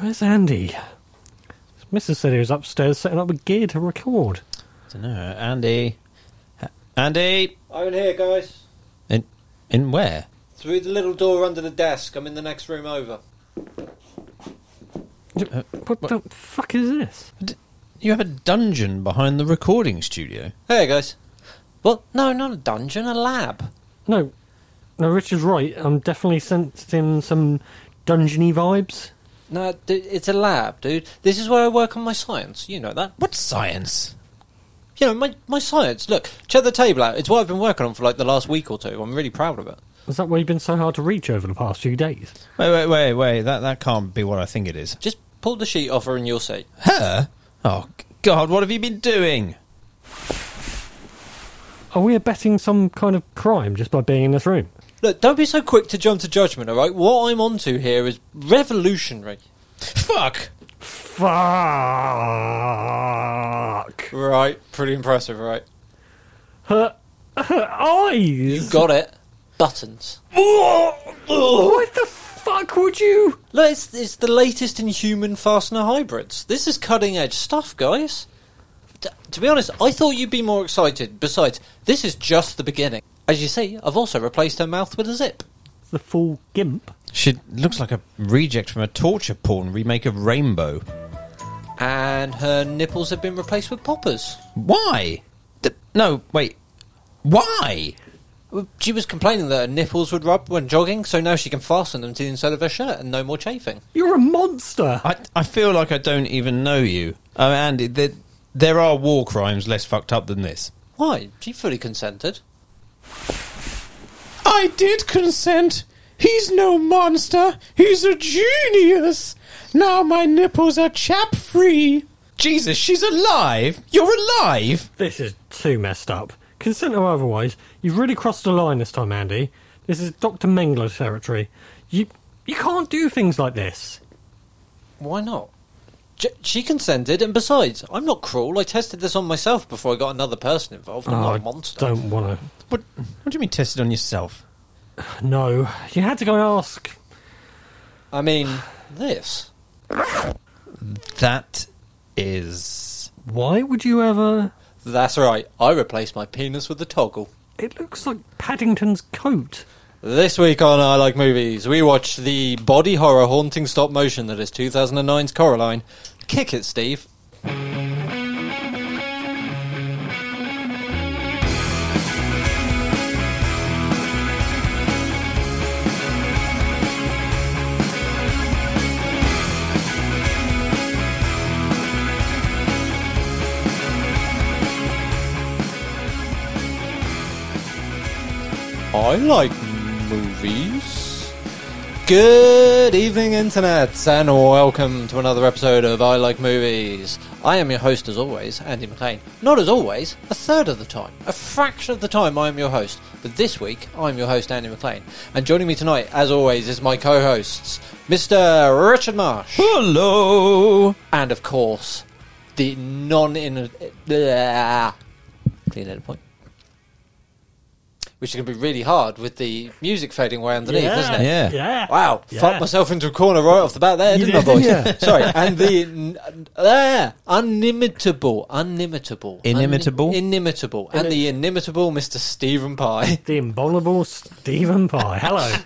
Where's Andy? Mrs. said he was upstairs setting up a gear to record. I don't know. Andy. Ha- Andy! I'm in here, guys. In, in where? Through the little door under the desk. I'm in the next room over. What, the fuck is this? D- You have a dungeon behind the recording studio. Hey, guys. Well, no, not a dungeon, a lab. No, no, Richard's right. I'm definitely sensing some dungeony vibes. No, d- it's a lab, dude. This is where I work on my science. You know that. What science? You know, my, my science. Look, check the table out. It's what I've been working on for like the last week or two. I'm really proud of it. Is that why you've been so hard to reach over the past few days? Wait, wait, wait, wait. That, that can't be what I think it is. Just pull the sheet off her and you'll see. Her? Oh, g- God, what have you been doing? Are we abetting some kind of crime just by being in this room? Look, don't be so quick to jump to judgment, alright? What I'm onto here is revolutionary. Fuck! Fuck! Right, pretty impressive, right? Her, her You eyes! got it. Buttons. what the fuck would you? Look, it's, it's the latest in human fastener hybrids. This is cutting edge stuff, guys. T- to be honest, I thought you'd be more excited. Besides, this is just the beginning. As you see, I've also replaced her mouth with a zip. The full gimp. She looks like a reject from a torture porn remake of Rainbow. And her nipples have been replaced with poppers. Why? D- no, wait. Why? She was complaining that her nipples would rub when jogging, so now she can fasten them to the inside of her shirt and no more chafing. You're a monster! I, I feel like I don't even know you. Oh, Andy, there, there are war crimes less fucked up than this. Why? She fully consented. I did consent. He's no monster. He's a genius. Now my nipples are chap free. Jesus, she's alive. You're alive. This is too messed up. Consent or otherwise, you've really crossed the line this time, Andy. This is Dr. Mengele territory. You you can't do things like this. Why not? J- she consented, and besides, I'm not cruel. I tested this on myself before I got another person involved. I'm Oh, not I a monster. don't want to. What, what do you mean tested on yourself? No, you had to go and ask. I mean, this. That is. Why would you ever? That's right. I replaced my penis with a toggle. It looks like Paddington's coat. This week on I Like Movies, we watch the body horror haunting stop motion that is 2009's Coraline. Kick it, Steve. I like movies. Good evening, Internet, and welcome to another episode of I Like Movies. I am your host, as always, Andy McLean. Not as always, a third of the time, a fraction of the time, I am your host. But this week, I am your host, Andy McLean. And joining me tonight, as always, is my co hosts, Mr. Richard Marsh. Hello. and, of course, the non in. Clean edit point. Which is going to be really hard with the music fading away underneath, isn't it? Yeah. yeah. Wow, Yeah. fucked myself into a corner right off the bat there, You didn't I, did, boys? yeah. Sorry, and the n- ah, unimitable, unimitable, Inimitable? Unni- inimitable, and the inimitable Mr. Stephen Pye. The imboloble Stephen Pye. Hello.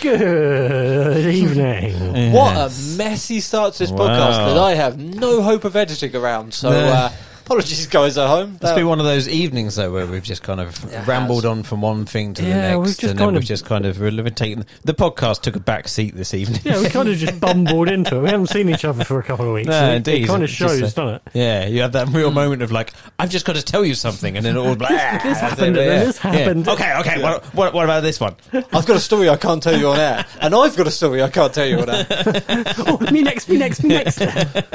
Good evening. What a messy start to this podcast Wow. that I have no hope of editing around. So No. uh, apologies, guys at home. Uh, It's That- been one of those evenings though where we've just kind of has. rambled on from one thing to Yeah, the we've next, just and then kind we've of- just kind of we've taken the podcast took a back seat this evening. Yeah, we kind of just bumbled into it. We haven't seen each other for a couple of weeks. No, so it- indeed. It kind of It's just shows, a- doesn't it? Hmm. Yeah, you have that real moment of like, I've just got to tell you something, and then it all blah. this happened, Yeah. and this Yeah. happened. Uh, Okay, okay. What, what, what about this one? I've got a story I can't tell you on air, and I've got a story I can't tell you on air. Oh, me next, me next, me next.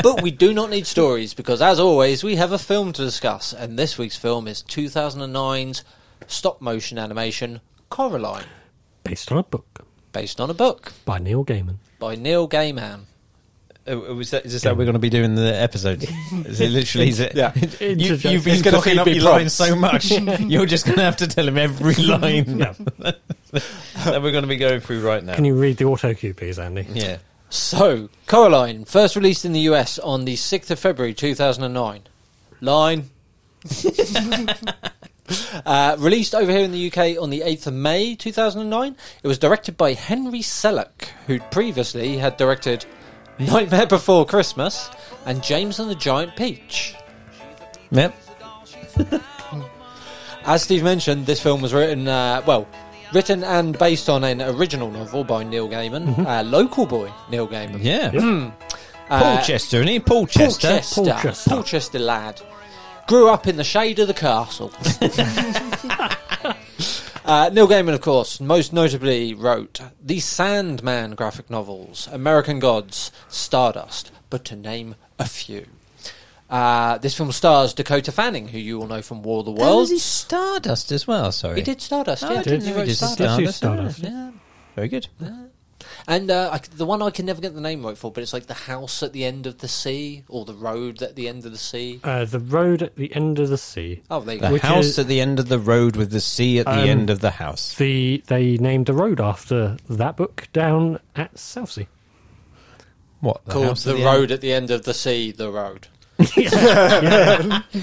But we do not need stories because, as always, we have a film to discuss, and this week's film is 2009's stop motion animation Coraline, Based on a book based on a book by Neil Gaiman. by Neil Gaiman. Uh, was that, is this how we're going to be doing the episode? Is it literally? Is it, Yeah. You, Interject. you've been It's gonna cocking up feed me your line prompts. so much, you're just going to have to tell him every line. Yeah. that we're going to be going through right now. Can you read the auto cue, please, Andy? yeah. So, Coraline, first released in the US on the 6th of February 2009. Line. uh, released over here in the UK on the 8th of May 2009. It was directed by Henry Selleck, who previously had directed Nightmare Before Christmas and James and the Giant Peach. Yep. As Steve mentioned, this film was written, uh, well, written and based on an original novel by Neil Gaiman, uh, local boy Neil Gaiman. Yeah. Uh, Porchester, isn't he? Porchester. Porchester. Porchester. Porchester. lad. Grew up in the shade of the castle. uh, Neil Gaiman, of course, most notably wrote the Sandman graphic novels, American Gods, Stardust, but to name a few. Uh, this film stars Dakota Fanning, who you all know from War of the Well, was Worlds. Oh, he Stardust as well? Sorry. He did Stardust, Oh, yeah. I didn't Did. He know wrote he did Stardust. Stardust. Stardust. Stardust. Yeah. Very good. And uh, I c the one I can never get the name right for, but it's like the house at the end of the sea, or the road at the end of the sea. Uh, the road at the end of the sea. Oh, there you The go. Which house is- at the end of the road with the sea at the Um, end of the house. The they named a road after that book down at Southsea. What? called house at the, end? road at the end of the sea, the road.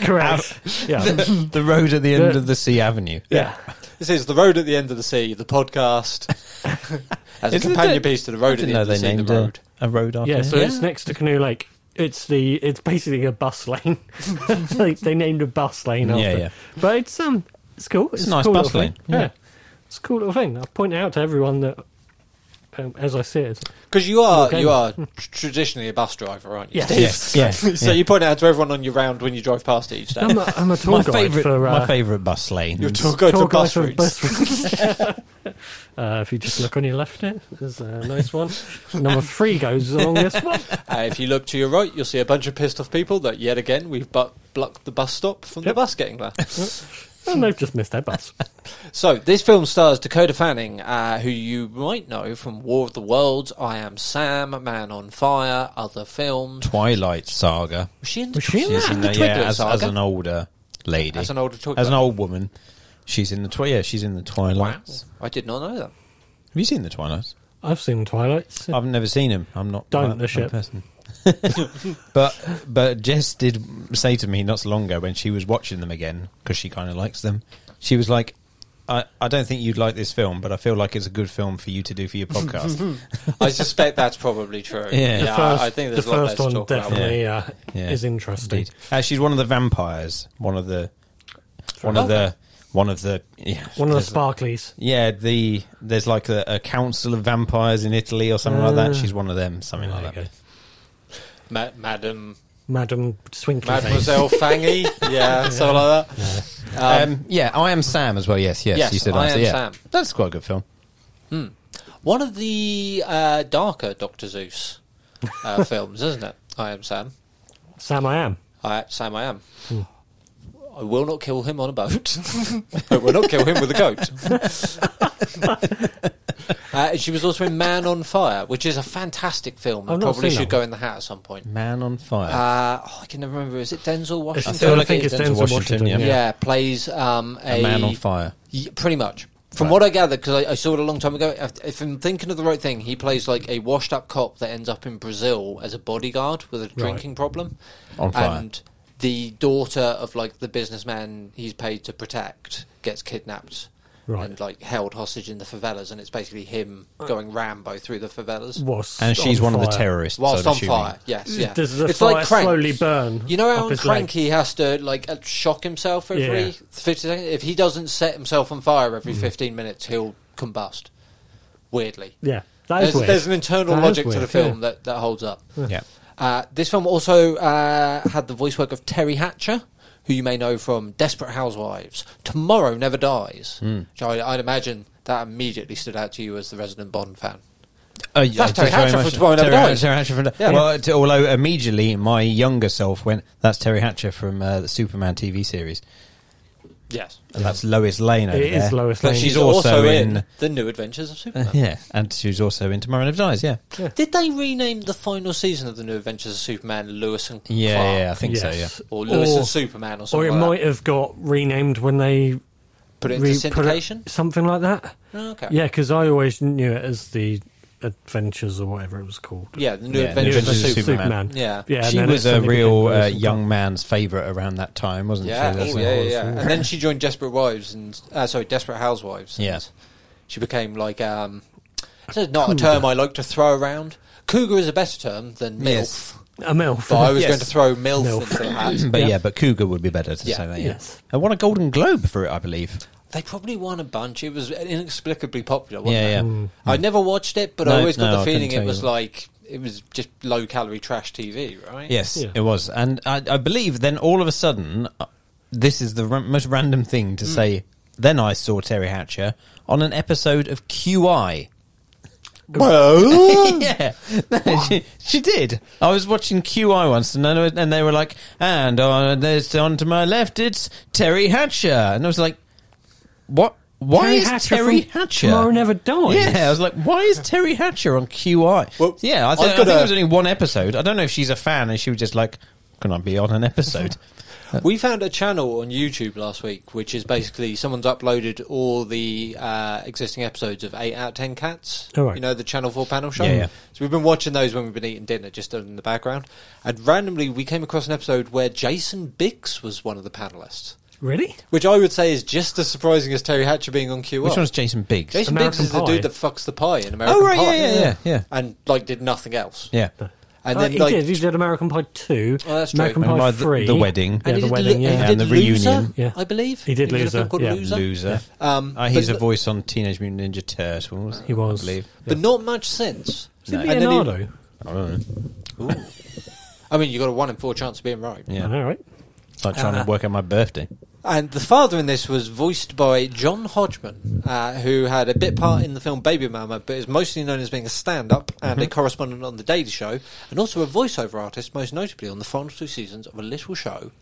Correct. yeah. the road at the end The- of the sea avenue. Yeah. This is the road at the end of the sea, the podcast. As Isn't a it companion the- piece to the road at Didn't the know end of they the sea, the named a, road. a road after Yeah, him. so it's next to Canoe Lake. It's the it's basically a bus lane. they, they named a bus lane Yeah, after. yeah. But it's um it's cool. It's, a nice cool bus little thing. lane, yeah. It's a cool little thing. I'll point it out to everyone that um, as I see it. Because you are Okay. you are tr- traditionally a bus driver, aren't you? Yes. Steve? Yes, yes, so you point out to everyone on your round when you drive past it each day. I'm a, I'm a tour My guide favorite, for uh, my favorite bus lane. You're talk go tour for guide bus for routes. bus routes. uh, if you just look on your left, it there's a nice one. Number three goes along this one. Uh, if you look to your right, you'll see a bunch of pissed off people that yet again we've bu- blocked the bus stop from the Yep. bus getting there. And they've just missed their bus. So this film stars Dakota Fanning, uh, who you might know from War of the Worlds, I Am Sam, Man on Fire, other films. Twilight Saga. Was she in the, Was she in Twi- that? the in the- Twiggler yeah, as, saga? as an older lady, As an older Twiggler. as an old woman, she's in the twi- yeah, she's in the Twilight. I did not know that. Have you seen the Twilight? I've seen Twilight. I've never seen him. I'm not Don't that- the that ship. person. but but Jess did say to me not so long ago when she was watching them again because she kind of likes them. She was like. I, I don't think you'd like this film, but I feel like it's a good film for you to do for your podcast. I suspect that's probably true. Yeah. The The first, I think there's the a lot first less one to talk about. definitely uh, Yeah. is interesting. Indeed. Uh, she's one of the vampires. One of the, one of the, one of the, yeah, One of the there's- sparklies. Yeah, the there's like a, a council of vampires in Italy or something like that. Ah. She's one of them, something There like you Oh, that. go. Ma- Madam, Madam Swinkly. Face. Mademoiselle Fangy, yeah, something like that. Um, Um, yeah, I am Sam as well. Yes, yes. Yes, you said I so Am yeah. Sam. That's quite a good film. one of the uh, darker Doctor Zeus uh, films, isn't it? I am Sam. Sam, I am. I Sam, I am. Hmm. I will not kill him on a boat. I will not kill him with a goat. uh, she was also in Man on Fire, which is a fantastic film. I've and not probably seen should that go in the hat at some point. Man on Fire. Uh, oh, I can never remember. Is it Denzel Washington? I feel like it think is it's Denzel Denzel Washington. Washington, yeah. yeah. plays um, a, a man on fire. Y- pretty much. From Right. what I gather, because I, I saw it a long time ago, if, if I'm thinking of the right thing, he plays like a washed-up cop that ends up in Brazil as a bodyguard with a drinking problem, On fire. and the daughter of like the businessman he's paid to protect gets kidnapped Right. and like held hostage in the favelas, and it's basically him going Rambo through the favelas Was and she's on one of the fire. terrorists. whilst so I'm on assuming. fire. Yes, yeah. Does the it's fire like Crank. slowly burn? You know up how in his Crank leg? he has to like uh, shock himself every Yeah. Hmm. fifty seconds. If he doesn't set himself on fire every fifteen minutes, he'll combust. Weirdly, Yeah, that is there's, weird. there's an internal That is logic to the weird, film that, that holds up. Yeah. Uh, this film also uh, had the voice work of Terry Hatcher, who you may know from Desperate Housewives, Tomorrow Never Dies. Hmm. Which I, I'd imagine that immediately stood out to you as the resident Bond fan. Uh, That's Terry Hatcher from Tomorrow Never Terry Dies. Hatcher- Hatcher from- Yeah. Well, t- although immediately my younger self went, "That's Terry Hatcher from uh, the Superman TV series," Yes, and that's Lois Lane over It is there. Lois But Lane. she's also in. the New Adventures of Superman. uh, yeah, and she's also in Tomorrow Never Dies. Yeah. Did they rename the final season of the New Adventures of Superman Lewis and Clark? Yeah, yeah, I think so. Yeah, Yes. Or Lewis and Superman or Or something it like might have got renamed when they Put it into re-put it- syndication? something like that. Oh, okay. Yeah, because I always knew it as the Adventures or whatever it was called. Yeah, the new Yeah, adventures Adventures of of Superman. Superman. Yeah. yeah. and she then was it a suddenly real became uh, Superman. young man's favourite around that time, wasn't Yeah, she? oh, That's yeah, yeah, what it was. And then she joined Desperate Wives and uh, sorry, Desperate Housewives. and Yeah. she became like um, this is not a term I like to throw around. Cougar is a better term than milf, Yes. a milf. but I was Yes. going to throw milf, Milf. into the hat. But Yeah. yeah. but Cougar would be better to Yeah. say that. Yes. Yes. And won a Golden Globe for it, I believe. They probably won a bunch. It was inexplicably popular. Wasn't Yeah, it? yeah. Hmm. I never watched it, but I No, always got no, the I couldn't feeling tell it you was that. like it was just low calorie trash TV, right? Yes, Yeah. it was. And I, I believe then all of a sudden, uh, this is the ra- most random thing Mm. to say. Then I saw Terry Hatcher on an episode of QI. Well, yeah, No, she, she did. I was watching QI once, and, I, and they were like, "And on there's on to my left, it's Terry Hatcher," and I was like, "What? Why Terry is Hatcher Terry from Hatcher? Tomorrow Never Dies. Yeah, I was like, "Why is Terry Hatcher on QI?" Well, yeah, I, I've th- I got think a- it was only one episode. I don't know if she's a fan, and she was just like, "Can I be on an episode?" we found a channel on YouTube last week, which is basically someone's uploaded all the uh, existing episodes of Eight Out of Ten Cats. All right. You know the Channel Four panel show. Yeah, yeah. So we've been watching those when we've been eating dinner, just in the background. And randomly, we came across an episode where Jason Biggs was one of the panelists, Really? which I would say is just as surprising as Terry Hatcher being on QI. Which one's Jason Biggs? Jason American Biggs is the Pie. dude that fucks the pie in American Oh, right, yeah, Pie. yeah, yeah, yeah. And like did nothing else. yeah. And Uh, then he like did. He did American Pie two. Oh, that's true. American And Pie by the- three. the wedding. Yeah, and he the did wedding. yeah. Lo- he And did the Loser, reunion. Yeah. I believe He did a Loser, film called yeah. Loser. Loser. Um, Uh, he's but- a voice on Teenage Mutant Ninja Turtles. He was. I believe. but not much since. Is it No. And then he- Leonardo. I don't know. I mean, you got a one in four chance of being right. Yeah. All right. It's like trying Uh, to work out my birthday. And the father in this was voiced by John Hodgman, uh, who had a bit part in the film Baby Mama, but is mostly known as being a stand-up and Mm-hmm. a correspondent on The Daily Show, and also a voiceover artist, most notably on the final two seasons of a little show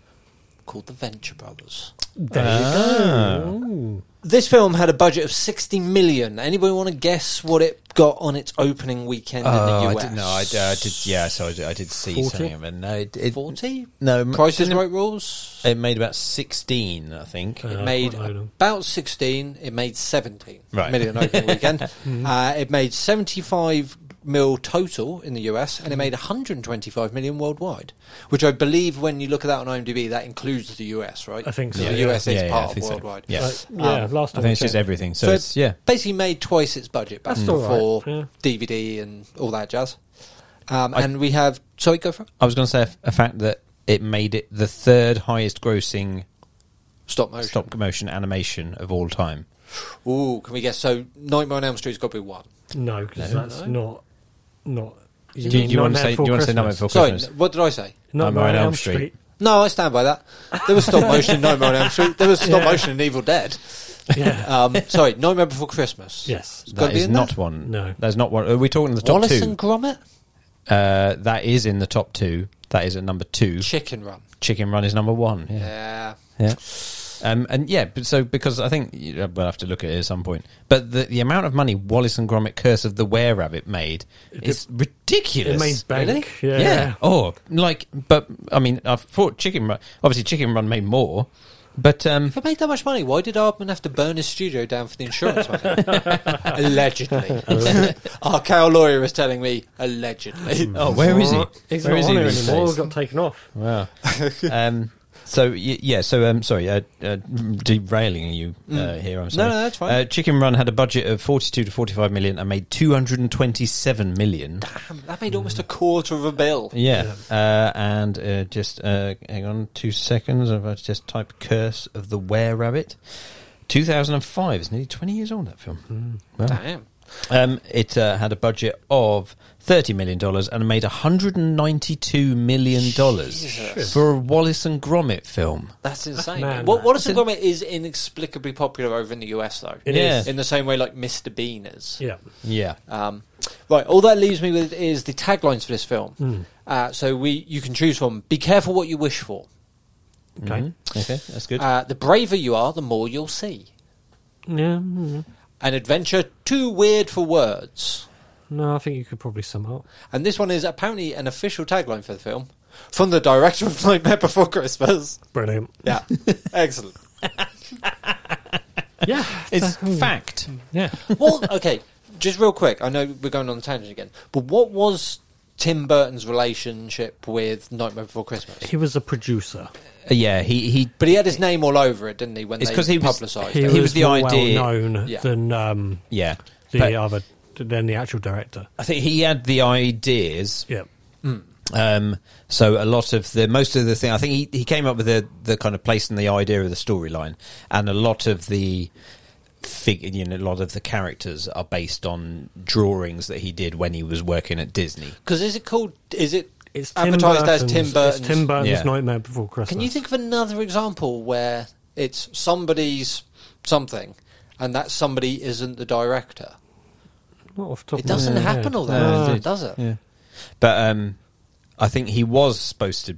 called The Venture Brothers. There you go. Ooh. This film had a budget of 60 million. Anybody want to guess what it got on its opening weekend in the US? Oh, I did, no, I, I did. Yeah, so I did, I did see 40? something of it. No, it, it, 40? No, m- Price is didn't it- Right rules? It made about sixteen, Uh, I think. Uh, It made quite low then. about 16. It made 17 Right. Mm-hmm. million opening weekend. uh, it made 75 mil total in the US and it made 125 million worldwide, which I believe when you look at that on IMDb, that includes the US, right? I think so, The yeah. US Yeah, is yeah, I part think of so. worldwide. Yeah. Right, Uh, yeah, Um, last Uh, I time think it's I checked. just everything. So, So it's, yeah, basically made twice its budget back That's then all for right, yeah. DVD and all that jazz. Um, I- and we have. Sorry, go for it. I was going to say a, f- a fact that it made it the third highest grossing Stop motion. stop motion animation of all time. Ooh, can we guess? So, Nightmare on Elm Street's got to be one. No, because that's not not. Do you, do you want to say? Do you want to say Nightmare Before Sorry, Christmas? n- what did I say? Nightmare on Elm Street? No, I stand by that. There was stop motion in Nightmare on Elm Street. There was stop Yeah. motion in Evil Dead. Yeah. Um, sorry, Nightmare Before Christmas. yes. gotta That be is in not there? one. No. that's not one. Are we talking the top Wallace two? and Gromit? Uh, that is in the top two. That is at number two. Chicken Run. Chicken Run is number one. Yeah. Yeah. yeah. Um, and yeah, but so because I think you know, we'll have to look at it at some point. But the, the amount of money Wallace and Gromit Curse of the Were Rabbit made is ridiculous. It made bank. yeah. Yeah. Oh, like, but I mean, I thought Chicken Run. Obviously, Chicken Run made more. But um, If I made that much money, why did Aardman have to burn his studio down for the insurance money? allegedly. Our cow lawyer is telling me, Hmm. allegedly. oh, where is he? He's Where not is on he here these anymore. days? Got taken off. Wow. um, so y- yeah, so um, sorry, uh, uh, derailing you uh, Mm. here. I'm sorry. no, that's fine. Uh, Chicken Run had a budget of 42 to 45 million and made 227 million. Damn, that made almost a quarter of a bill. Yeah, uh, and uh, just uh, hang on two seconds. I've just typed "Curse of the Were Rabbit." 2005 It's nearly 20 years old. That film. Wow. Damn. Um, it uh, had a budget of 30 million dollars and made 192 million dollars Jesus. for a Wallace and Gromit film. That's insane. mad, what, man. Wallace and Gromit is inexplicably popular over in the US, though. It Yeah. is. In the same way, like Mr. Bean is. Yeah. Yeah. Um, right, all that leaves me with is the taglines for this film. Hmm. Uh, so we, you can choose from "Be careful what you wish for." Okay. Hmm? Okay, that's good. Uh, the braver you are, the more you'll see. Yeah. mm. An adventure too weird for words. No, I think you could probably sum up. And this one is apparently an official tagline for the film from the director of Nightmare Before Christmas. Brilliant. Yeah, excellent. Yeah. hmm. It's fact. Yeah. well, okay, just real quick. I know we're going on a tangent again, but what was Tim Burton's relationship with Nightmare Before Christmas? He was a producer. Uh, yeah, he he. But he had his name all over it, didn't he? When It's they 'cause he was- publicised He, it, was was, the more idea- well known Yeah. than um, Yeah, the But other than the actual director. I think he had the ideas. Yeah. Um, so a lot of the most of the thing, I think he, he came up with the the kind of place and the idea of the storyline, and a lot of the fig, you know, a lot of the characters are based on drawings that he did when he was working at Disney. because is it called? Is it It's Tim advertised as Burton's- Tim Burton's? It's Tim Burton's Yeah. Nightmare Before Christmas. Can you think of another example where it's somebody's something, and that somebody isn't the director? Not off the top It of my doesn't head. happen all that No, often, indeed. does it? Yeah, but um, I think he was supposed to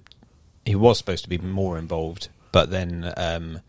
he was supposed to be more involved, but then um,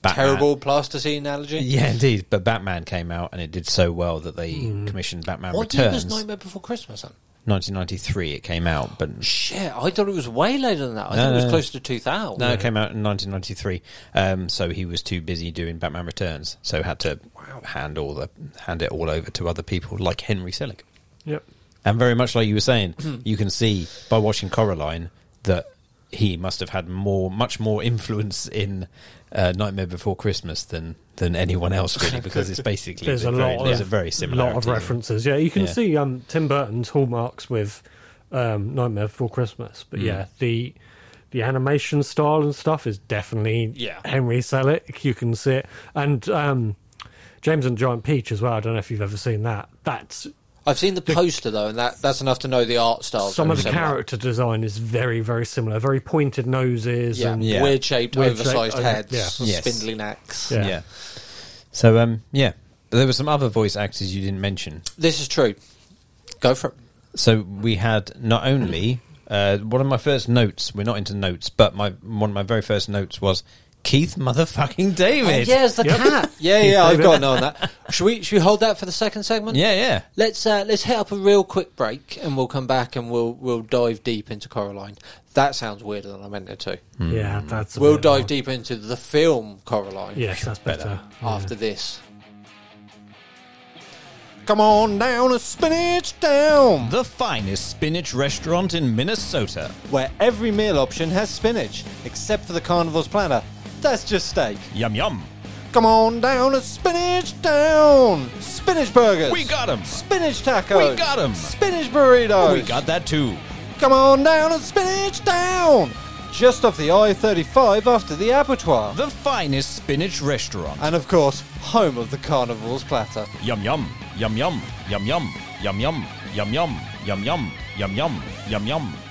Batman- Terrible plasticine analogy. Yeah, indeed. But Batman came out and it did so well that they commissioned Batman Hmm. What year Returns. was Nightmare Before Christmas? Then? 1993 it came out, but Shit, I thought it was way later than that. I No, thought it was no. close to two thousand. No, it came out in 1993. Um, so he was too busy doing Batman Returns, so had to hand all the hand it all over to other people like Henry Selick. Yep. And very much like you were saying, Mm-hmm. you can see by watching Coraline that he must have had more, much more influence in uh, Nightmare Before Christmas than than anyone else really, because it's basically There's a very, lot. there's of, a very similar lot of references. Yeah, you can Yeah. see um, Tim Burton's hallmarks with um, Nightmare Before Christmas. But Mm. yeah, the the animation style and stuff is definitely Yeah. Henry Selick. You can see it, and um, James and the Giant Peach as well. I don't know if you've ever seen that. That's I've seen the poster though, and that, that's enough to know the art Oh, style. some of the character design is very very similar. Very pointed noses yeah, and Yeah. weird shaped, Weird-shaped, oversized okay, heads, yeah. Yes. spindly necks. Yeah. Yeah. So um, yeah, but there were some other voice actors you didn't mention. This is true. Go for it. So we had not only uh, one of my first notes. We're not into notes, but my one of my very first notes was Keith Oh, motherfucking David. yeah, it's the Yep. cat. Yeah, yeah, I've got an eye on that. Should we should we hold that for the second segment? yeah, yeah. Let's uh, let's hit up a real quick break, and we'll come back and we'll we'll dive deep into Coraline. That sounds weirder than I meant it to. yeah. Mm. That's a We'll bit dive odd. deeper into the film Coraline. Yes, that's better. After this, Come on down to Spinach Down, The finest spinach restaurant in Minnesota. where every meal option has spinach, except for the carnival's platter. That's just steak. Yum yum. Come on down to Spinach Down. Spinach burgers. We got 'em. Spinach tacos. We got 'em. Spinach burritos. We got that too. Come on down to Spinach Down. Just off the I-35 after the abattoir. The finest spinach restaurant. And of course, home of the carnival's platter. Yum yum yum yum yum yum yum yum yum yum yum yum yum yum yum yum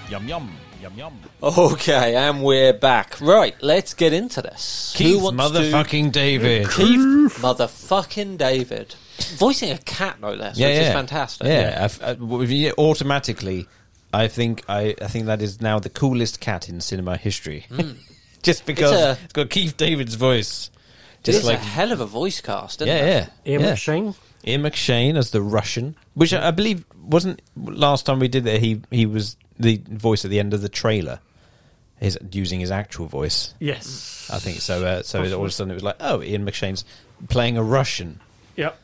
yum yum yum yum. okay, and we're back. Right, let's get into this. Keith wants to- motherfucking David. Keith motherfucking David, voicing a cat no less, which is fantastic. Yeah, I've- I- w- if you- automatically, I think I, I think that is now the coolest cat in cinema history. Just because Hmm. It's a- it's got Keith David's voice, Just just it's like a hell of a voice cast, isn't yeah, it? yeah, Ian yeah. McShane. Ian McShane as the Russian, which I, I believe wasn't last time we did that. He he was the voice at the end of the trailer, is using his actual voice. Yes. I think so. Uh, so all of a sudden it was like, oh, Ian McShane's playing a Russian. Yep.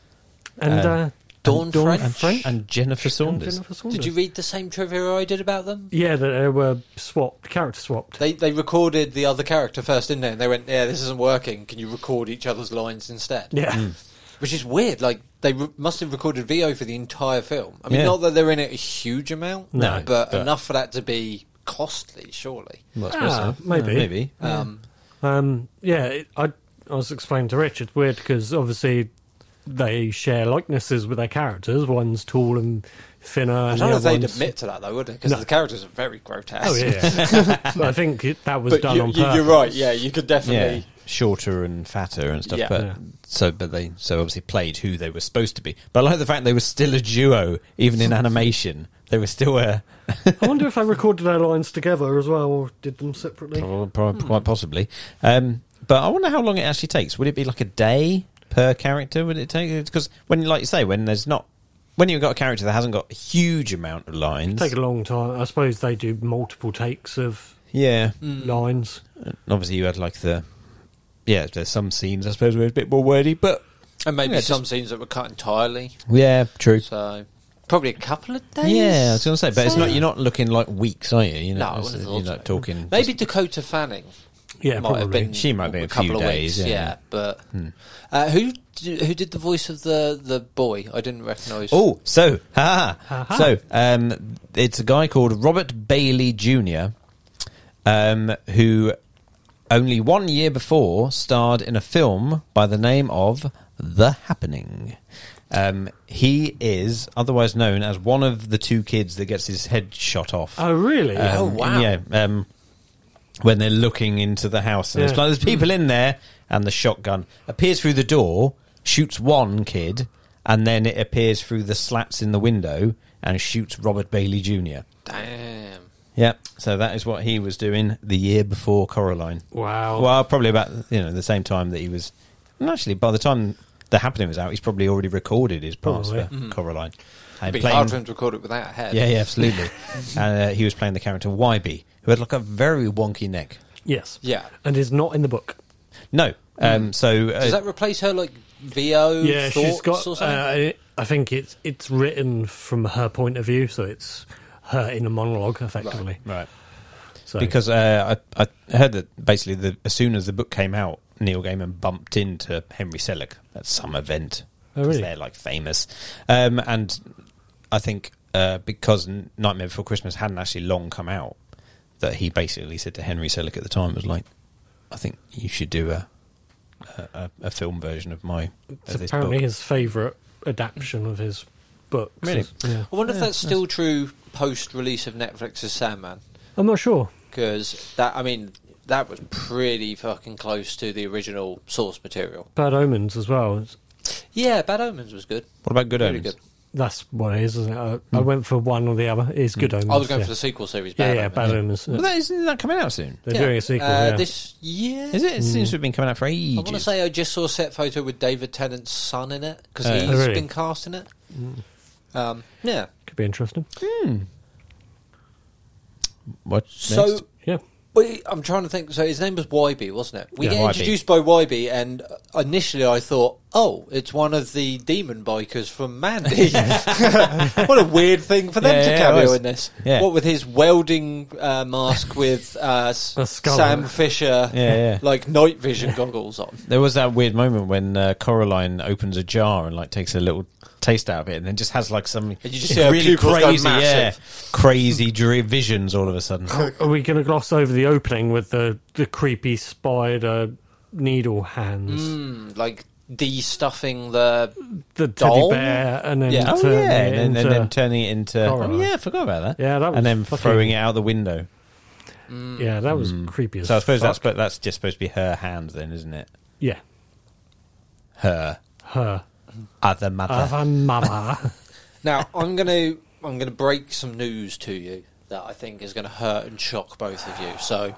And Um, uh, Dawn, French. and, and Jennifer Saunders. Jennifer Did Saunders. you read the same trivia I did about them? Yeah, that they were swapped, character swapped. They they recorded the other character first, didn't they? And they went, "Yeah, this isn't working. Can you record each other's lines instead?" yeah. Which is weird. Like they re- must have recorded VO for the entire film. I mean, Yeah. not that they're in it a huge amount, No, but, but- enough for that to be costly, surely. Well, I Ah, suppose so. maybe. Yeah, maybe. Um, Um, yeah, it, I, I was explaining to Rich, it's weird because obviously they share likenesses with their characters. One's tall and thinner. I and don't the know if other they'd one's- admit to that though, would they? Because No. the characters are very grotesque. Oh, yeah. but I think it, that was But done you, on you, purpose. are right. Yeah, you could definitely. yeah, shorter and fatter and stuff. Yeah. But Yeah. so, but they so obviously played who they were supposed to be. But I like the fact they were still a duo, even in animation. They were still a I wonder if they recorded their lines together as well or did them separately. pro- pro- quite possibly. Um, but I wonder how long it actually takes. Would it be like a day per character? Would it take? Because when, like you say, when there's not. When you've got a character that hasn't got a huge amount of lines, Take a long time. I suppose they do multiple takes of yeah, Hmm. lines. And obviously you had like the yeah there's some scenes i suppose where it's a bit more wordy but And maybe Yeah, just- some scenes that were cut entirely. Yeah, true. So probably a couple of days. Yeah, I was going to say, but it's So- not. You're not looking like weeks, are you? You No, I know, it's- wouldn't have you're thought not so. talking. Maybe Dakota Fanning. Yeah, might have probably. been. She might be a couple few of days, Weeks, yeah. Hmm. but uh, who d- who did the voice of the the boy? I didn't recognise. Oh, so ha ha. Ha-ha. So um, it's a guy called Robert Bailey Jr. Um, who only one year before starred in a film by the name of The Happening. Um, he is otherwise known as one of the two kids that gets his head shot off. Oh, really? Um, Oh, wow. Yeah. Um, when they're looking into the house, and it's Yeah. like there's people in there, and the shotgun appears through the door, shoots one kid, and then it appears through the slats in the window and shoots Robert Bailey Jr. damn! Yeah, so that is what he was doing the year before Coraline. Wow. Well, probably about you know the same time that he was. And actually, by the time the happening was out, he's probably already recorded his parts Probably. for Coraline. And Mm. It'd be playing- hard for him to record it without a head. yeah, yeah, absolutely. and uh, he was playing the character YB, who had like a very wonky neck. Yes. Yeah. And is not in the book. No, Mm. um, so uh, Does that replace her like VO? Yeah, she's thoughts got. Or something? Uh, I think it's it's written from her point of view, so it's her in a monologue, effectively. right So because uh, I, I heard that basically the, as soon as the book came out, Neil Gaiman bumped into Henry Selick at some event. Oh, 'cause really? They're like famous, um, and I think uh, because N- Nightmare Before Christmas hadn't actually long come out, that he basically said to Henry Selick at the time was like, "I think you should do a a, a, a film version of my of it's this apparently book." his favourite adaptation of his books. Really? Yeah. I wonder if that's still true post release of Netflix's Sandman. I'm not sure. Because that, I mean, that was pretty fucking close to the original source material. Bad Omens as well. It's- Yeah, Bad Omens was good. What about Good Really Omens? good. That's what it is, isn't it? I, I went for one or the other. It's Good Omens. Hmm. I was going yeah. for the sequel series. Yeah, Bad yeah, Omens. Bad Omens. Well, that isn't that coming out soon? They're Yeah. doing a sequel. Uh, yeah. This year. Is it? It seems to have been coming out for ages. I want to say I just saw a set photo with David Tennant's son in it because Oh, he's yeah. Oh, really? Mm. been cast in it. Um, yeah. Could be interesting. What? So next? Yeah. we, I'm trying to think. So his name was YB, wasn't it? We Yeah, get YB. introduced by YB, and initially I thought, oh, it's one of the demon bikers from Mandy. what a weird thing for them Yeah, to yeah, it cameo was. in this. Yeah. What with his welding uh, mask with uh, s- A skull. Sam Fisher, Yeah, yeah. like night vision goggles on. There was that weird moment when uh, Coraline opens a jar and like takes a little taste out of it, and then just has like some And you just see her pupils go yeah, massive. crazy dreary visions all of a sudden. Are we going to gloss over the opening with the, the creepy spider needle hands? Mm, like de-stuffing the the teddy doll? bear and then Yeah. Oh turning yeah, it and then, and into- then turning it into. Coraline. Oh yeah, I forgot about that. Yeah, that was and then fucking- throwing it out the window. yeah, that was creepy as Hmm. So I suppose fuck. that's but that's just supposed to be her hand, then, isn't it? yeah, Her Ah. her other mother. other mama. Now I'm gonna I'm gonna break some news to you that I think is gonna hurt and shock both of you. So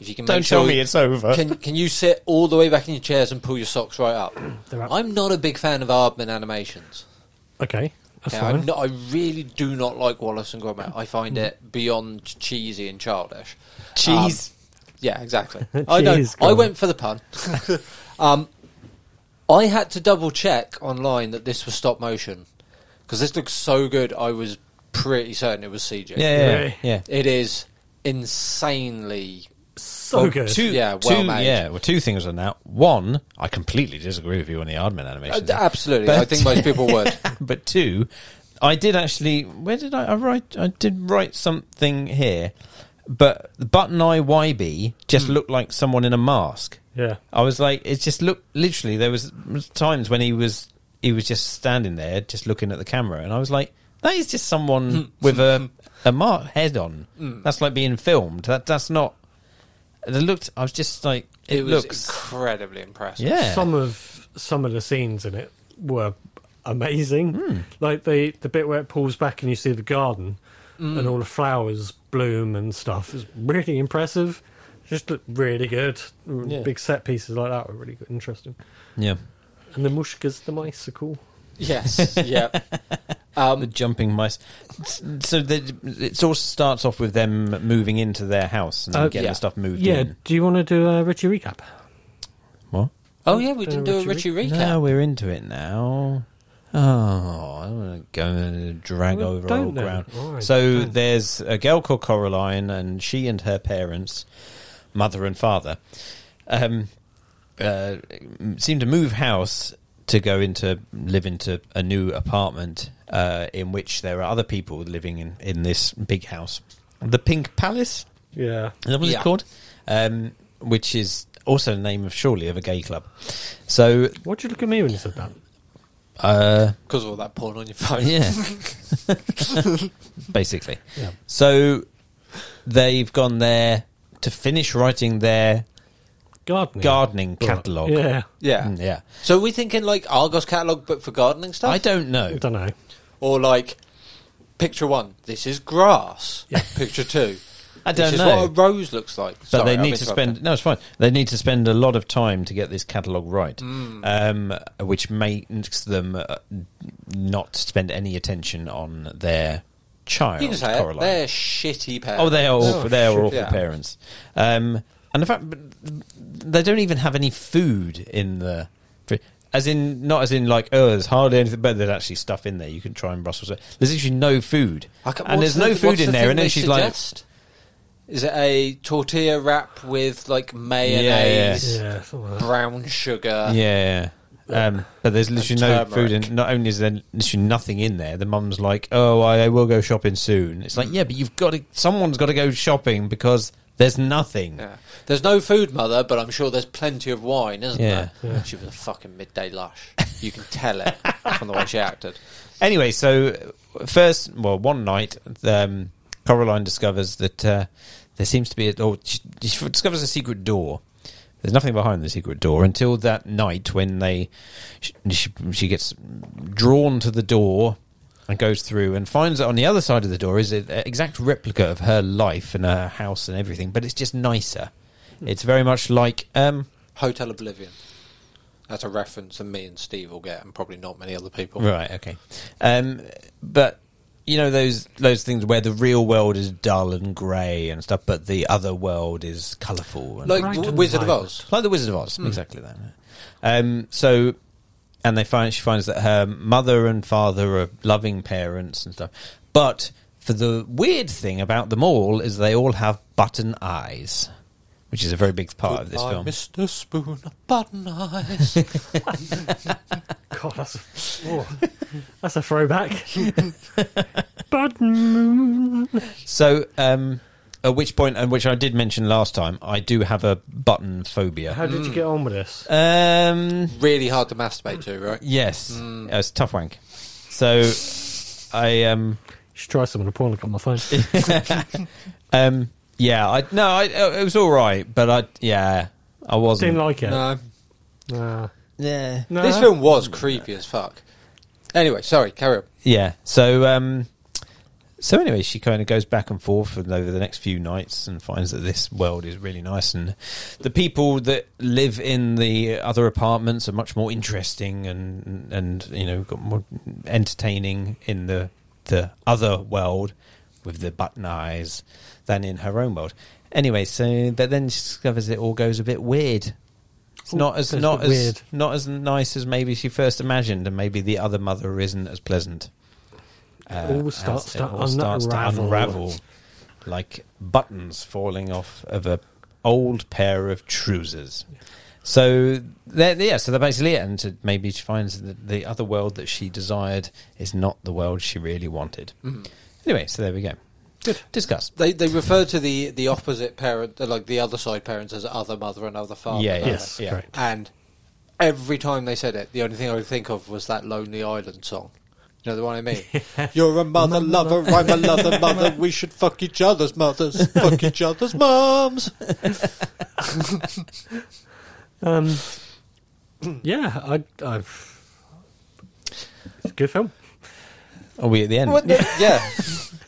if you can Don't make sure tell me it's over. Can can you sit all the way back in your chairs and pull your socks right up? They're up. I'm not a big fan of Aardman animations. okay, that's Okay, fine. I'm not, I really do not like Wallace and Gromit. I find it beyond cheesy and childish. Cheese. Um, yeah, exactly. I don't. Cheese, I Gromit. went for the pun. um, I had to double check online that this was stop motion because this looks so good. I was pretty certain it was CG. yeah, yeah, Really? yeah. It is insanely. so Well, good. Two, Oh, Yeah, two- well made. Yeah, well, two things on that. One, I completely disagree with you on the Aardman Uh, animation. d- uh, absolutely, I But- think most people would. but two, I did actually. Where did I, I write? I did write something here, but the button eye YB just Hmm. looked like someone in a mask. Yeah. I was like, it just looked literally. There was was times when he was he was just standing there, just looking at the camera, and I was like, that is just Hmm. someone with a a mar- head on. That's like being filmed. That that's not. It looked. I was just like, it, It was looks. incredibly impressive. yeah. Some of some of the scenes in it were amazing. Hmm. Like the the bit where it pulls back and you see the garden Hmm. and all the flowers bloom and stuff is really impressive. Just looked really good. Yeah. Big set pieces like that were really good, interesting. yeah. And the mushkas, the mice are cool. Yes. Yeah. The Um, jumping mice. S- So the, it sort of starts off with them moving into their house and Oh, getting yeah. the stuff moved Yeah. in. Do you want to do a Richie recap? What? Oh yeah, we Done a didn't do a Richie Richie recap. No, we're into it now. Oh, I don't want to go and drag Well, over don't old then. ground. All right, so don't. there's a girl called Coraline, and she and her parents, mother and father, um, uh, seem to move house to go into live into a new apartment uh, in which there are other people living in in this big house, the Pink Palace. Yeah. Is that what Yeah. it's called? Um, which is also the name of surely of a gay club. So Why'd you look at me when you said that? uh, Because of all that porn on your phone. yeah, basically. Yeah. So they've gone there to finish writing their Gardening. gardening Well, catalogue. Yeah. Yeah. Mm, yeah. So we thinking like Argos catalogue, but for gardening stuff, I don't know. don't know. or like picture one, this is grass. Picture two, I don't this know. is what a rose looks like. But they need to spend no, it's fine. They need to spend a lot of time to get this catalog right, Mm. um, which makes them uh, not spend any attention on their child. You can say it. Coraline. They're shitty parents. Oh, they are awful. they are awful Yeah. parents. Um, and in fact, but they don't even have any food in the. As in, not as in like, oh, there's hardly anything, but there's actually stuff in there you can try and rustle. There's actually no food, I can't- and what's there's no the- food what's in the there. thing And then they she's suggest? "Is it a tortilla wrap with like mayonnaise, Yeah. something like that. brown sugar?" like, yeah. Um, but there's literally no And food, turmeric. and not only is there literally nothing in there, the mum's like, "Oh, I, I will go shopping soon." It's Mm. like, yeah, but you've got to, someone's got to go shopping because there's nothing. Yeah. There's no food, mother, but I'm sure there's plenty of wine, isn't Yeah. there? She was a fucking midday lush. You can tell it from the way she acted. Anyway, so first, well, one night, um, Coraline discovers that uh, there seems to be, a, or she, she discovers a secret door. There's nothing behind the secret door until that night when they, she, she, she gets drawn to the door and goes through and finds that on the other side of the door is an exact replica of her life and her house and everything, but it's just nicer. It's very much like, um, Hotel Oblivion. That's a reference that me and Steve will get, and probably not many other people. Right. Okay. Um, but you know those those things where the real world is dull and grey and stuff, but the other world is colourful. And Like Right w- and Wizard of vibrant. Oz. like the Wizard of Oz, exactly that. Um, so, and they find she finds that her mother and father are loving parents and stuff. But for the weird thing about them all is they all have button eyes, which is a very big part of this Goodbye, film. Mr. Spoon of Button Eyes. God, that's a, oh, that's a throwback. Button. So, um, at which point, and which I did mention last time, I do have a button phobia. How did you get on with this? Um, really hard to masturbate to, right? yes, Uh, it's a tough wank. So, I um, should try some of the porn look on my phone. um, yeah, I no, I, it was all right, but I yeah, I wasn't. Didn't like it. Uh, No. Nah. yeah, No. This film was creepy as fuck. Anyway, sorry, carry on. yeah. So, um, so anyway, she kind of goes back and forth and over the next few nights and finds that this world is really nice and the people that live in the other apartments are much more interesting and and you know got more entertaining in the the other world with the button eyes than in her own world. Anyway, so but then she discovers it all goes a bit weird. It's Ooh, not as goes a not bit as weird. not as nice as maybe she first imagined, and maybe the other mother isn't as pleasant uh, all starts as to unravel. unravel like buttons falling off of a old pair of trousers. So there, yeah, so they're basically it, and to- maybe she finds that the other world that she desired is not the world she really wanted. Anyway, so there we go. Good. Discuss. They they refer to the the opposite parent, uh, like the other side parents, as other mother and other father. Yeah, don't yeah. they? yes, yeah. correct. And every time they said it, the only thing I would think of was that Lonely Island song. You know the one I mean? You're a mother lover, I'm a lover mother. We should fuck each other's mothers, fuck each other's moms. Um, yeah, I, I've. It's a good film. Are we at the end? What the- yeah.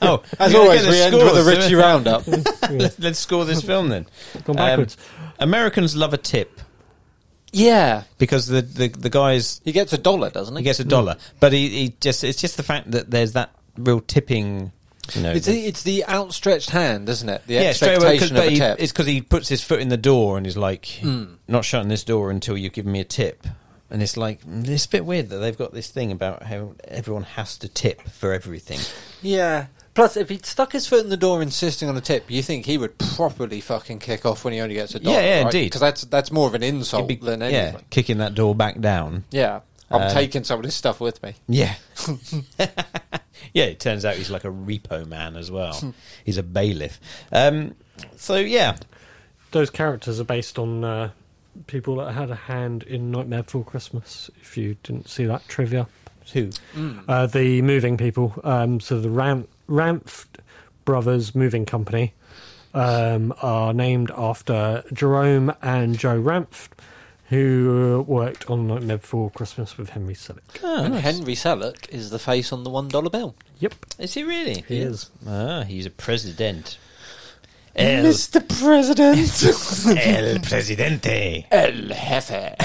Oh, As we're gonna always, get we end scores. with a Richie roundup. Let's, let's score this film then. Gone backwards. Um, Americans love a tip yeah, because the, the, the guys he gets a dollar, doesn't he? He gets a dollar, but he, he just it's just the fact that there's that real tipping No, It's the, it's the outstretched hand, isn't it? The yeah, straight away. 'cause- expectation but of a he- tip. Mm. it's because he puts his foot in the door and he's like, "Not shutting this door until you've given me a tip." And it's like mm, it's a bit weird that they've got this thing about how everyone has to tip for everything. Yeah. Plus, if he stuck his foot in the door insisting on a tip, you think he would properly fucking kick off when he only gets a dollar. Yeah, yeah, indeed. Because that's, that's more of an It'd insult be- than yeah, anything. kicking that door back down. Yeah. I'm Uh, taking some of this stuff with me. Yeah, yeah. It turns out he's like a repo man as well. he's a bailiff. Um, so yeah, Those characters are based on uh, people that had a hand in Nightmare Before Christmas. If you didn't see that trivia, who? uh, the moving people, um, so the Ram- Ramf Brothers Moving Company, um, are named after Jerome and Joe Ramf, who worked on Nightmare Before Christmas with Henry Selick. Oh, and Henry Selleck is the face on the $1 bill. Yep, Is he really? He is. Ah, he's a president. Mr. President. El presidente. El Jefe.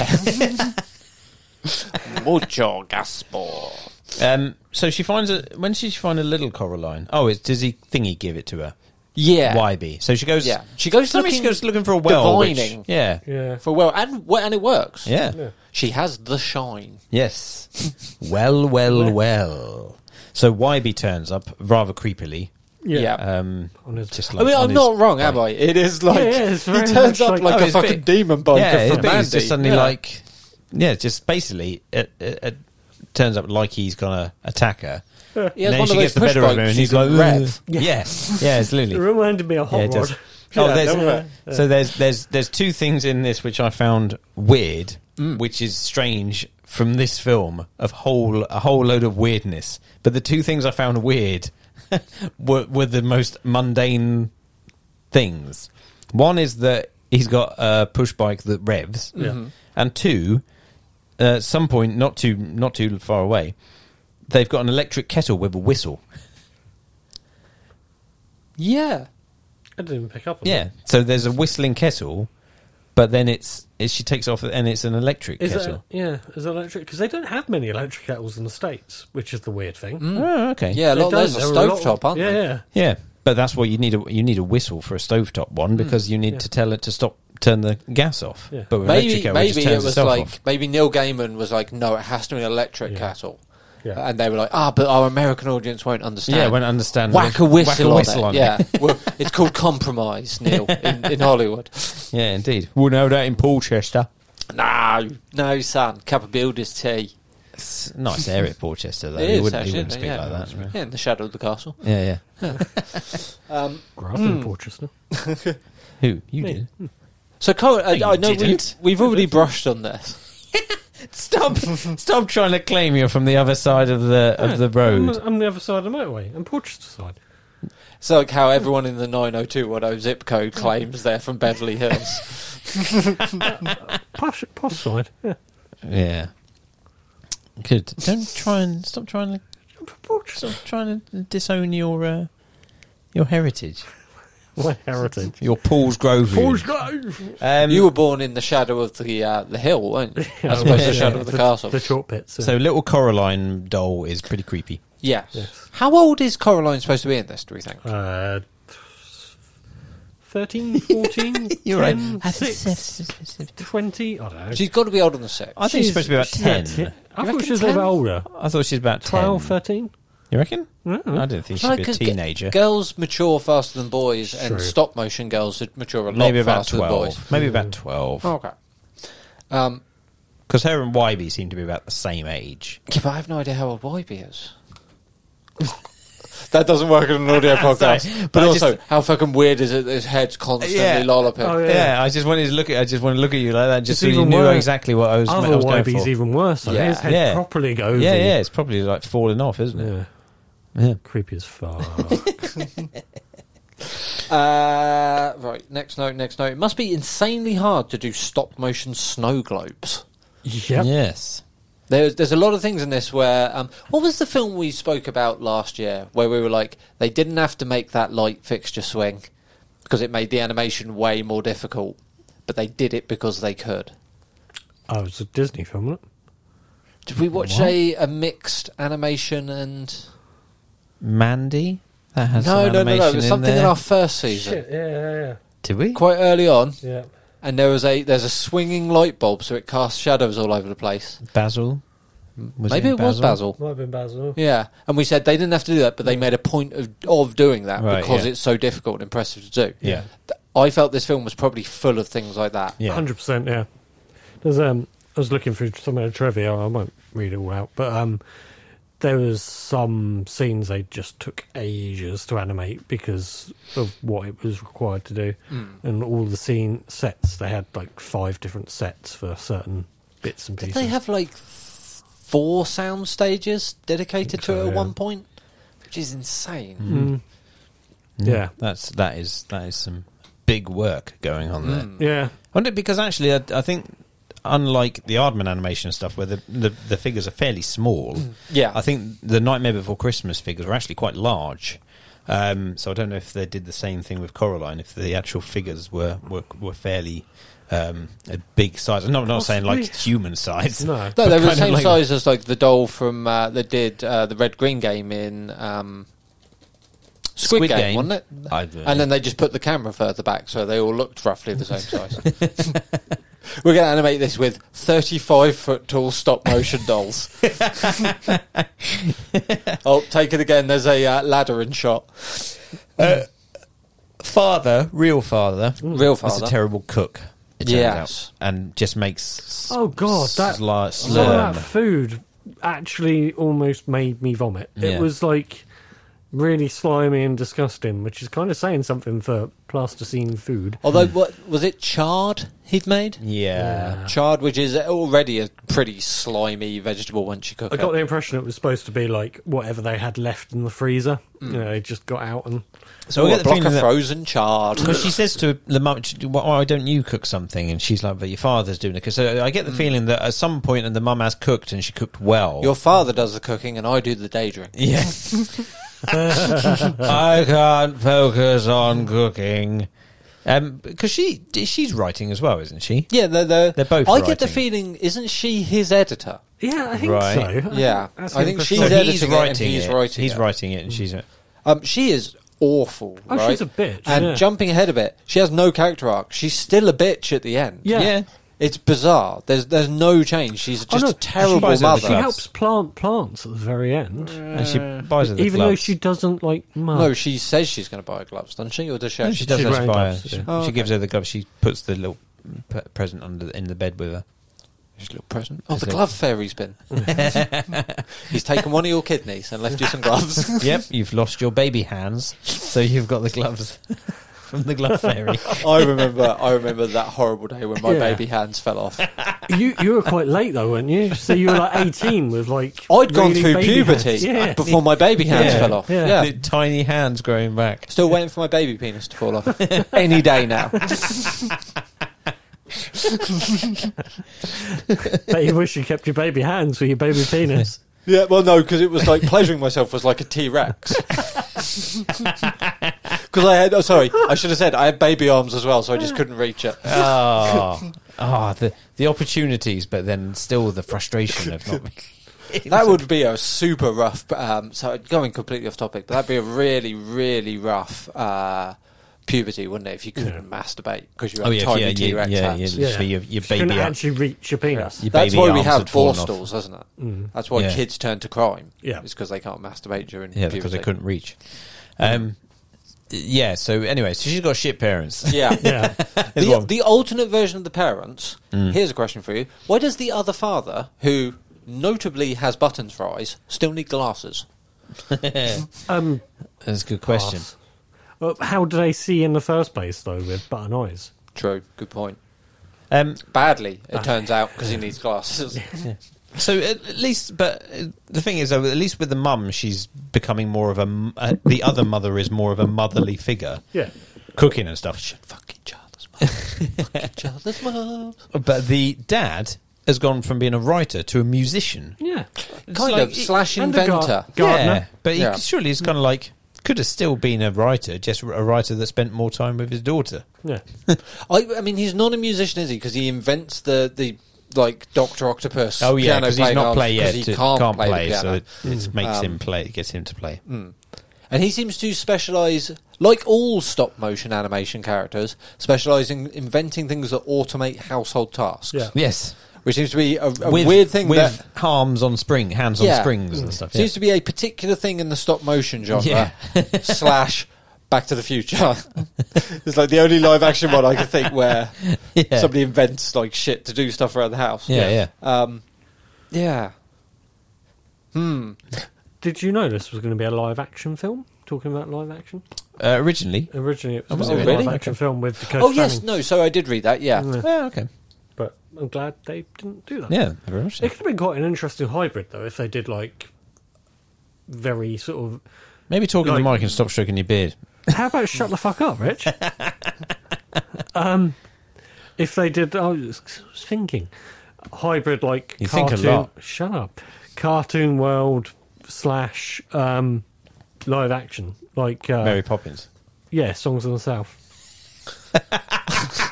Mucho gaspo. Um, so she finds a when does she find a little Coraline? Oh, it's does he thingy give it to her? Yeah. YB. So she goes. Yeah. She goes Somebody she looking- goes looking for a well. which- divining. yeah. yeah. For well, and, and it works. Yeah. Yeah. She has the shine. Yes. well, well, well. So YB turns up rather creepily. Yeah. Um, On his- just I like mean, on I'm his- not wrong, am I? It is like Yeah, yeah, it's he very turns much up like- like Oh, a it's a fucking bit- demon bunker yeah, it's from bit- Mandy. it's just suddenly Yeah. like, yeah, just basically it, it, it turns up like he's gonna attack her. He and has then one she of gets those the push better of him, bikes and you he's can like, rev. "Ugh." yeah, yeah, absolutely. It reminded me of Hot Yeah, it does. Rod. Oh, Yeah, there's, don't worry. so there's there's there's two things in this which I found weird, Mm. which is strange from this film of whole a whole load of weirdness. But the two things I found weird were were the most mundane things. One is that he's got a push bike that revs, Mhm. and two, uh, at some point not too not too far away, they've got an electric kettle with a whistle. Yeah. I didn't even pick up on Yeah. So there's a whistling kettle, but then it's, it she takes off and it's an electric that. Is kettle. that, yeah, is that electric? Because they don't have many electric kettles in the States, which is the weird thing. Oh, okay. Yeah, Mm. a They lot don't. of those are There were a lot of- stovetop, aren't yeah, they? Yeah, Yeah. But that's what you need a you need a whistle for a stovetop Mm. one because you need Yeah. to tell it to stop turn the gas off. Yeah. But with electric Maybe, kettle, it maybe just it turns was itself like off. maybe Neil Gaiman was like, no, it has to be an electric Yeah. cattle, Yeah. and they were like, ah, but our American audience won't understand. Yeah, won't understand. Whack a Whack a whistle, whistle on on, it. it. Yeah, well, it's called compromise, Neil, in, in Hollywood. Yeah, indeed. Well, no, that in Porchester. No, no, son, cup of builder's tea. It's a nice area at Porchester though. It you is wouldn't, you actually, wouldn't isn't speak it? yeah. like that. Yeah, in the shadow of the castle. Yeah, yeah. Um, Grew up in Porchester. Who you Me. did? Mm. so, Colin, you I, I know we, didn't. we've already brushed on this. Stop! stop trying to claim you're from the other side of the of the I'm, road. I'm the other side of the motorway. I'm Porchester side. It's like how everyone in the 90210 zip code claims they're from Beverly Hills. Posh, posh side. Yeah. Yeah. Good. Don't try and stop trying to I'm from Porchester. stop trying to disown your uh, your heritage, My heritage. your Paul's Grove. Paul's Grove. Um, you were born in the shadow of the uh, the hill, weren't you? Yeah, I suppose yeah, the shadow yeah. of the castle. The chalk pits. so little Coraline doll is pretty creepy. yes. Yes. How old is Coraline supposed to be in this, do we think? Uh, 13, 14, 10, 6, 20, I don't know. She's got to be older than six. I think she's supposed to be about ten. I reckon thought she was a bit 10? older. I thought she's about 12, ten. 13? You reckon? Mm. I don't think It's she'd like be a 'cause g- teenager. girls mature faster than boys, and True. stop motion girls would mature a lot Maybe about faster than boys. twelve. Maybe about Mm-hmm. twelve. Oh. okay. Um, Because her and Wybie seem to be about the same age. yeah, but I have no idea how old YB is. that doesn't work in an audio podcast. Sorry, but but I also, just- how fucking weird is it that his head's constantly Yeah. lolloping? Oh, yeah. Yeah. I just wanted to look at. I just wanted to look at you like that, just It's so you even knew worse. exactly what I was, I Other was going YB's for. even worse. though. Yeah. His head Yeah. properly goes. yeah, yeah, it's probably like falling off, isn't it? yeah. Yeah. Creepy as fuck. Uh, right, next note, next note. It must be insanely hard to do stop motion snow globes. yep. Yes. There's, there's a lot of things in this where. Um, what was the film we spoke about last year where we were like, they didn't have to make that light fixture swing because it made the animation way more difficult, but they did it because they could. Oh, it's a Disney film, wasn't Did we watch a, a mixed animation and. Mandy. That has No, some no, no, no. It animation was in something in, there. our first season, Shit, yeah, yeah, Did we? quite early on, yeah. yeah. and there was a there's a swinging light bulb, so it casts shadows all over the place. Basil. Was Maybe in it, was Basil. Might have been Basil. Yeah, and we said they didn't have to do that, but they made a point of of doing that Right, because yeah. it's so difficult and impressive to do. Yeah. Th- I felt this film was probably full of things like that. Yeah. Hundred percent. Yeah. There's um. I was looking through some of the trivia. I won't read it all out, but um, there was some scenes they just took ages to animate because of what it was required to do, Hmm. and all the scene sets they had like five different sets for certain bits and Did pieces. they have like th- four sound stages dedicated to so, it at yeah. one point? Which is insane. Hmm. Mm. Yeah. That's that is that is some big work going on there. Hmm. Yeah. Wonder because actually, I, I think unlike the Aardman animation stuff, where the, the the figures are fairly small, Hmm. Yeah. I think the Nightmare Before Christmas figures were actually quite large. Um, so I don't know if they did the same thing with Coraline, if the actual figures were were, were fairly um, a big size. I'm not, I'm not saying like Possibly. human size. No. No, But they were the kind of same like- size as like the doll from uh, that did uh, the Red Green game in um, Squid, game, wasn't it? I, And then they just put the camera further back, so they all looked roughly the same size. We're going to animate this with 35 foot tall stop motion dolls. oh, take it again. There's a uh, ladder in shot. Uh, father, real father, Real was a father. terrible cook. It turns Yes. out, and just makes s- Oh, God, that- sli- Some of that slurm. food actually almost made me vomit. Yeah. It was like really slimy and disgusting, which is kind of saying something for plasticine food. Although, what was it? Chard he'd made. Yeah. Chard, which is already a pretty slimy vegetable once you cook I got it. the impression it was supposed to be like whatever they had left in the freezer. Mm. You know, it just got out and So I Or get a the block feeling of that frozen chard. because she says to the mum, she- "Why why don't you cook something?" And she's like, "But your father's doing it." Because I get the feeling that at some point, and the mum has cooked and she cooked well. Mm. Your father does the cooking, and I do the day drink. yeah. I can't focus on cooking, um, because she she's writing as well, isn't she? Yeah, they're, they're, They're both I get the writing. feeling, isn't she his editor? yeah, I think Right. so. Yeah. That's I the think impression she's I- editing it and he's writing He's it. writing it, and she's. Um, she is awful. Oh, right? she's a bitch, And yeah. jumping ahead a bit, she has no character arc. She's still a bitch at the end. Yeah. yeah. It's bizarre. There's there's no change. She's Oh, just no, a terrible buys her the She club. mother. helps plant plants at the very end, And she buys her the Uh, even though gloves. she doesn't like much. No, she says she's going to buy her gloves, doesn't she? Or does Oh, she? No, actually- she does She's actually wearing buy gloves, her. yeah. She, Oh, she okay. gives her the gloves. She puts the little p- present under in the bed with her. Just a little present. Oh, Is the it? glove fairy's been. He's taken one of your kidneys and left you some gloves. yep, you've lost your baby hands, so you've got the gloves from the glove fairy. I remember. I remember that horrible day when my Yeah. baby hands fell off. you you were quite late though, weren't you? So you were like eighteen with like I'd gone really through baby puberty hands. Yeah. before my baby hands Yeah. fell off. Yeah. Yeah. The tiny hands growing back. Still waiting for my baby penis to fall off any day now. But you wish you kept your baby hands for your baby penis. Yeah, well, no, because it was like pleasuring myself was like a T Rex. Because I had, oh, sorry, I should have said I had baby arms as well, so I just couldn't reach it. Oh, oh the, the opportunities, but then still the frustration of not. That would be a super rough. Um, so going completely off topic, but that'd be a really, really rough uh, puberty, wouldn't it? If you couldn't masturbate because you had Oh yeah, tiny yeah, T yeah, Rex yeah, yeah, hands. literally Your, your You couldn't baby. arm- actually reach your penis. your That's baby why we arms have had fallen divorce off. laws, isn't it? That's why Yeah. kids turn to crime. Yeah. it's because they can't masturbate during Yeah, puberty. because they couldn't reach. Um, yeah. So anyway, so she's got shit parents. Yeah, Yeah. Is the, one. Mm. the alternate version of the parents. Here's a question for you: Why does the other father, who notably has buttons for eyes, still need glasses? Um, That's a good question. pass. Uh, How do they see in the first place though with button eyes? True, good point. Ah. Um, Badly, it turns out, because he needs glasses. So at at least, but uh, the thing is, though, at least with the mum, she's becoming more of a. m- Uh, the other mother is more of a motherly figure, Yeah. cooking and stuff. She- Fuck each other's mum. Fuck each other's mum. But the dad has gone from being a writer to a musician, Yeah. It's Kind like- of slash and a gar- inventor. Yeah, Gardener. but he Yeah. surely it's kind of like could have still been a writer, just a writer that spent more time with his daughter. Yeah. I, I mean, he's not a musician, is he? Because he invents the the like Doctor Octopus. Oh yeah, piano because he's playing not arms play yet. 'cause He to- can't, play, the so piano. mm. it, it makes him play. It gets him to play. And he seems to specialise, like all stop motion animation characters, specialising in inventing things that automate household tasks. Yeah. Yes. Which seems to be a, a With- weird thing with that arms on spring, hands Yeah. on springs and stuff. Yeah. seems to be a particular thing in the stop motion genre Yeah. slash Back to the Future. it's like the only live action one I can think where Yeah. somebody invents like shit to do stuff around the house. yeah, yeah. Um, yeah. Hmm. Did you know this was going to be a live action film? Talking about live action, Uh, originally. originally it was, was going it to be a Oh, really? live action film with Dakota Oh yes, Fanning, no. So I did read that. Yeah. Mm. Yeah, okay. but I'm glad they didn't do that. Yeah, very much. so. It could have been quite an interesting hybrid though if they did like very sort of Maybe talking to Like- Mike and stop stroking your beard. How about shut the fuck up, Rich? um, if they did, I was, I was thinking hybrid like You think a cartoon. lot. Shut up, cartoon world slash um, live action, like uh, Mary Poppins. yeah, songs of the south.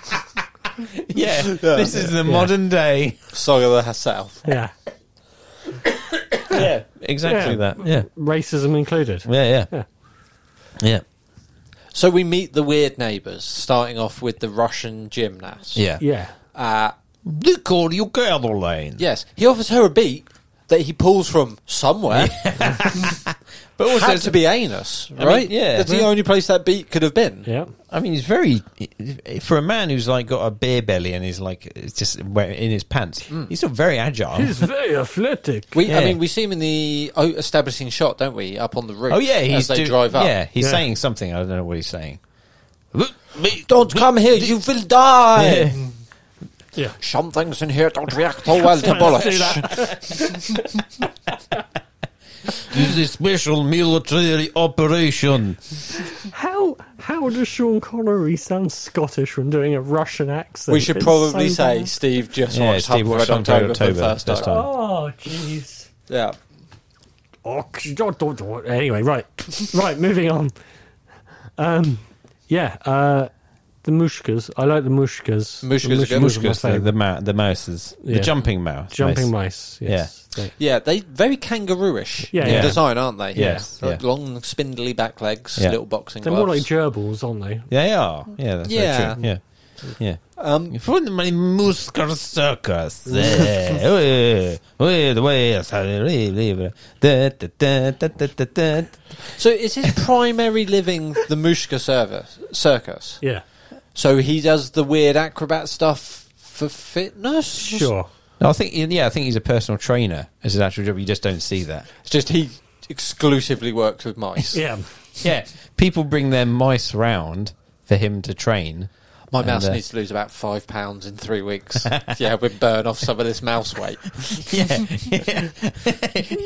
Yeah, this is the modern day. Song of the South. Yeah, Yeah, exactly Yeah. that. Yeah, racism included. yeah, yeah, Yeah. yeah, So we meet the weird neighbors, starting off with the Russian gymnast. yeah. Yeah, Uh, They call you Caroline, yes, he offers her a beat that he pulls from somewhere. but It had to be anus, mean, right? yeah. That's the only place that beat could have been. yeah. I mean, he's very for a man who's like got a beer belly and is like it's just wear- in his pants. Mm. He's still very agile. He's very athletic. We, I Yeah. mean, we see him in the oh, establishing shot, don't we? Up on the roof. oh yeah, as he's they do- drive up. Yeah, he's Yeah. saying something. I don't know what he's saying. Don't come here, you will die. Yeah. yeah, Something's in here. Don't react so well to bullets. This is a special military operation. how how does Sean Connery sound Scottish when doing a Russian accent? We should It's probably so say bad. Steve just Yeah, watched Steve Hunt for watched Red Hunt for Red October for the October first this time. time. Oh jeez. Yeah. Oh, don't, don't, don't. Anyway, right, right. Moving on. Um, yeah, uh, the mushkas. I like the mushkas. Mushkas the are good. mushkas are my Mushkas, the, favourite. the, ma- the mouses, Yeah. the jumping mouse, jumping mice. mouse. Yes. They- Yeah, they very kangarooish Yeah, in yeah. design, aren't they? Yes, Like yeah. long, spindly back legs, Yeah. little boxing They're gloves. more like gerbils, aren't they? They are. Yeah, that's Yeah. very true. Yeah. Yeah. um, For my Musker circus. eh, eh, eh, the way I say it, eh, eh, eh, da, da, da, da, da, da, da. so is his primary living the Mushka service, circus? Yeah. So he does the weird acrobat stuff for fitness? Sure. No, I think yeah, I think he's a personal trainer as his actual job. You just don't see that. It's just he exclusively works with mice. Yeah. Yeah, people bring their mice round for him to train. My And, mouse uh, needs to lose about five pounds in three weeks. yeah, we burn off some of this mouse weight. Yeah,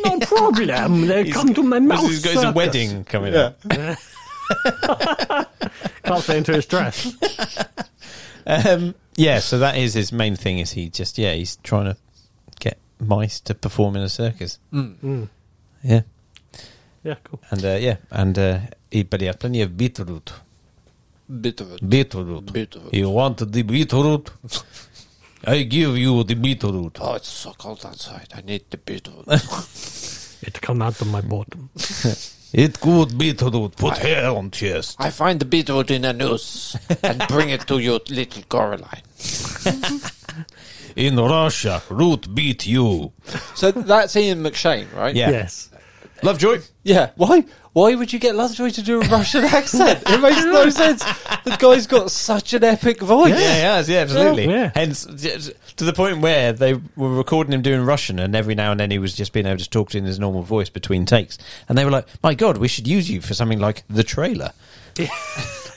No problem. They come to my mouse. he's got his circus. wedding coming Yeah. up. Can't fit into his dress. Um, yeah, so that is his main thing. Is he just yeah, he's trying to get mice to perform in a circus. Mm. Yeah, Yeah. Cool. and uh, yeah, and uh, he, but he had plenty of beetroot. Bit of it. Beetroot. Beetroot. You want the beetroot? I give you the beetroot. Oh, it's so cold outside. I need the bit of it. It come out of my bottom. It good beetroot. Put hair on chest. I find the bit of it in a noose and bring it to your little Coraline. In Russia, root beat you. So that's Ian McShane, right? Yeah. Yes. Lovejoy. Yeah. Why? Why would you get Lovejoy to do a Russian accent? It makes no sense. The guy's got such an epic voice. Yeah, yeah, yes, yeah, absolutely. Yeah. Hence, to the point where they were recording him doing Russian, and every now and then he was just being able to talk to in his normal voice between takes. And they were like, "My God, we should use you for something like the trailer."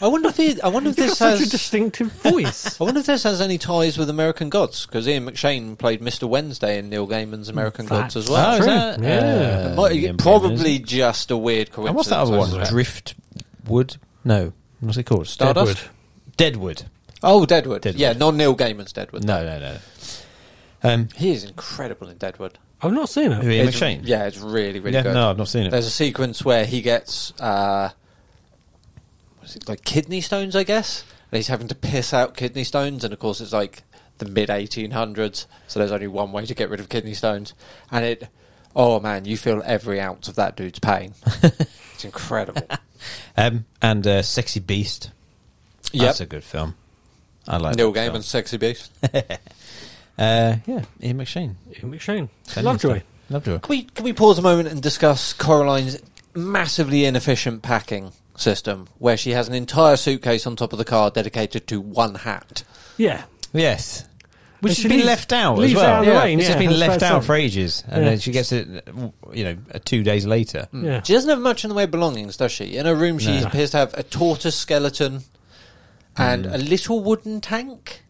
I wonder if he, I wonder if You've got this such a has distinctive voice. I wonder if this has any ties with American Gods because Ian McShane played Mr. Wednesday in Neil Gaiman's American Gods That's as well. true. Yeah. Oh, uh, Might- the probably just a weird coincidence. And what's that other I one? suspect. Driftwood? No, what's it called? Stardust. Deadwood. Deadwood. Oh, Deadwood. Deadwood. Yeah, not Neil Gaiman's Deadwood. No, no, no. Um, He is incredible in Deadwood. I've not seen it. Ian It's- McShane. Yeah, it's really, really Yeah, good. no, I've not seen it. There's a sequence where he gets, uh, was it like kidney stones, I guess? And he's having to piss out kidney stones, and of course, it's like the mid 1800s, so there's only one way to get rid of kidney stones. And it Oh man, you feel every ounce of that dude's pain. it's incredible. Um, and uh, Sexy Beast. yep. That's a good film. I like Neil that film. Gaiman's Sexy Beast. Uh, yeah, Ian McShane. Ian McShane. Fantastic. Lovejoy. Lovejoy. Can we can we pause a moment and discuss Coraline's massively inefficient packing system, where she has an entire suitcase on top of the car dedicated to one hat? Yeah. Yes. And Which she has been leaves- left out as leaves it well. out of the rain, It's just yeah, been that's left fair out some. for ages, and Yeah. then she gets it, you know, uh, two days later. Yeah. She doesn't have much in the way of belongings, does she? In her room, she No. appears to have a tortoise skeleton and Mm. a little wooden tank.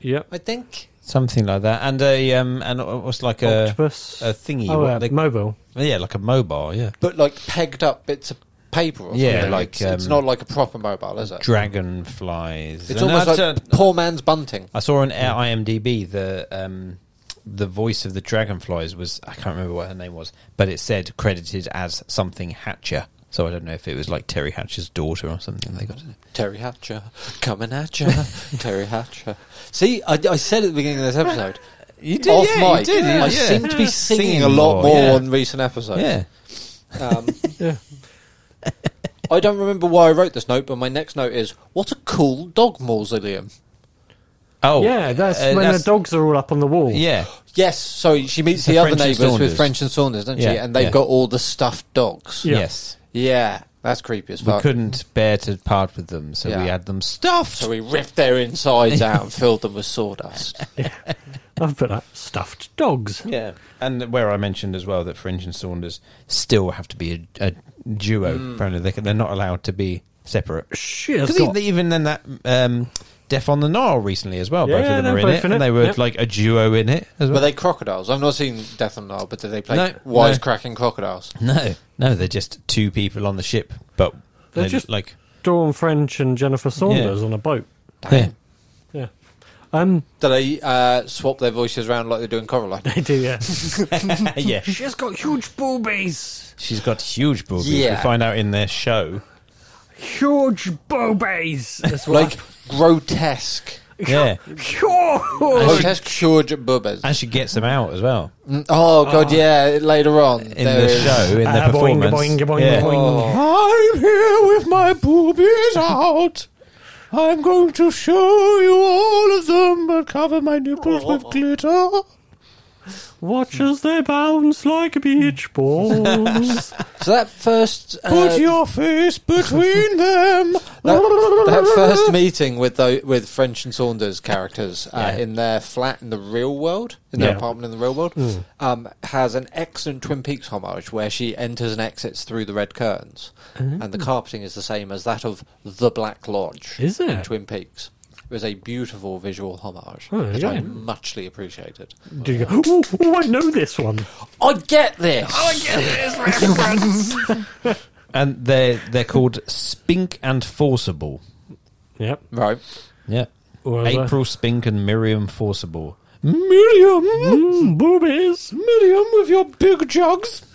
Yep. I think. Something like that, and a um, and what's like a Octopus. a thingy, Oh, what uh, they- mobile. yeah, like a mobile, yeah, but like pegged up bits of paper. Or Yeah, something. like, it's, it's um, not like a proper mobile, is it? dragonflies. it's And almost I, like don't- poor man's bunting. I saw on IMDb the um, the voice of the dragonflies was I can't remember what her name was, but it said credited as something Hatcher. So I don't know if it was like Terry Hatcher's daughter or something. They got Terry Hatcher coming at you, Terry Hatcher. See, I, I said at the beginning of this episode, you off mic, I seem to be singing, a lot more on recent episodes. yeah. Um, Yeah. I don't remember why I wrote this note, but my next note is what a cool dog mausoleum. Oh yeah, that's uh, when that's- the dogs are all up on the wall. Yeah, Yes, so she meets It's the the other French and neighbours with Saunders. French and Saunders, doesn't she? Yeah, And they've yeah. got all the stuffed dogs. Yeah. yes. Yeah, that's creepy as We fuck. couldn't bear to part with them, so we Yeah. had them stuffed. So we ripped their insides out and filled them with sawdust. I've put that stuffed dogs. Yeah, and where I mentioned as well that Fringe and Saunders still have to be a, a duo. Apparently, they can, they're not allowed to be separate. She has Because Hmm. got. even then, that um, Death on the Nile recently as well, Yeah, both of them they're are in both it, in and it. they were Yep. like a duo in it as Were well. they crocodiles? I've not seen Death on Nile, but did they play No, wisecracking crocodiles? no, no, they're just two people on the ship, but They're they're, just- just like Dawn French and Jennifer Saunders on a boat. yeah. Yeah. Um, Do they uh, swap their voices around like they do in Coraline? they do, yeah. yeah. She's got huge boobies. She's got huge boobies. Yeah. We find out in their show. Huge boobies. That's what like grotesque, Yeah, I- huge. grotesque huge boobas. and she gets them out as well Mm, Oh god, yeah. Later on, in there the is- Oh. show in Ah, their boing, performance. boing, boing, Yeah. boing. I'm here with my boobies out. I'm going to show you all of them, but cover my nipples with glitter. Hmm. Watch as they bounce like beach balls. So that first, uh, Put your face between them. that, that first meeting with tho- with French and Saunders characters uh, Yeah. in their flat in the real world, in their Yeah. apartment in the real world, Hmm. um, has an excellent Twin Peaks homage where she enters and exits through the red curtains, Hmm. and the carpeting is the same as that of the Black Lodge. Is in it? Twin Peaks? It was a beautiful visual homage, Oh, there you which I go. muchly appreciated. do you go, ooh, ooh, I know this one. I get this. And they're, they're called Spink and Forcible. Yep. Right. Yeah. Well, uh, April Spink and Miriam Forcible. Miriam! Mm, boobies. Miriam with your big jugs!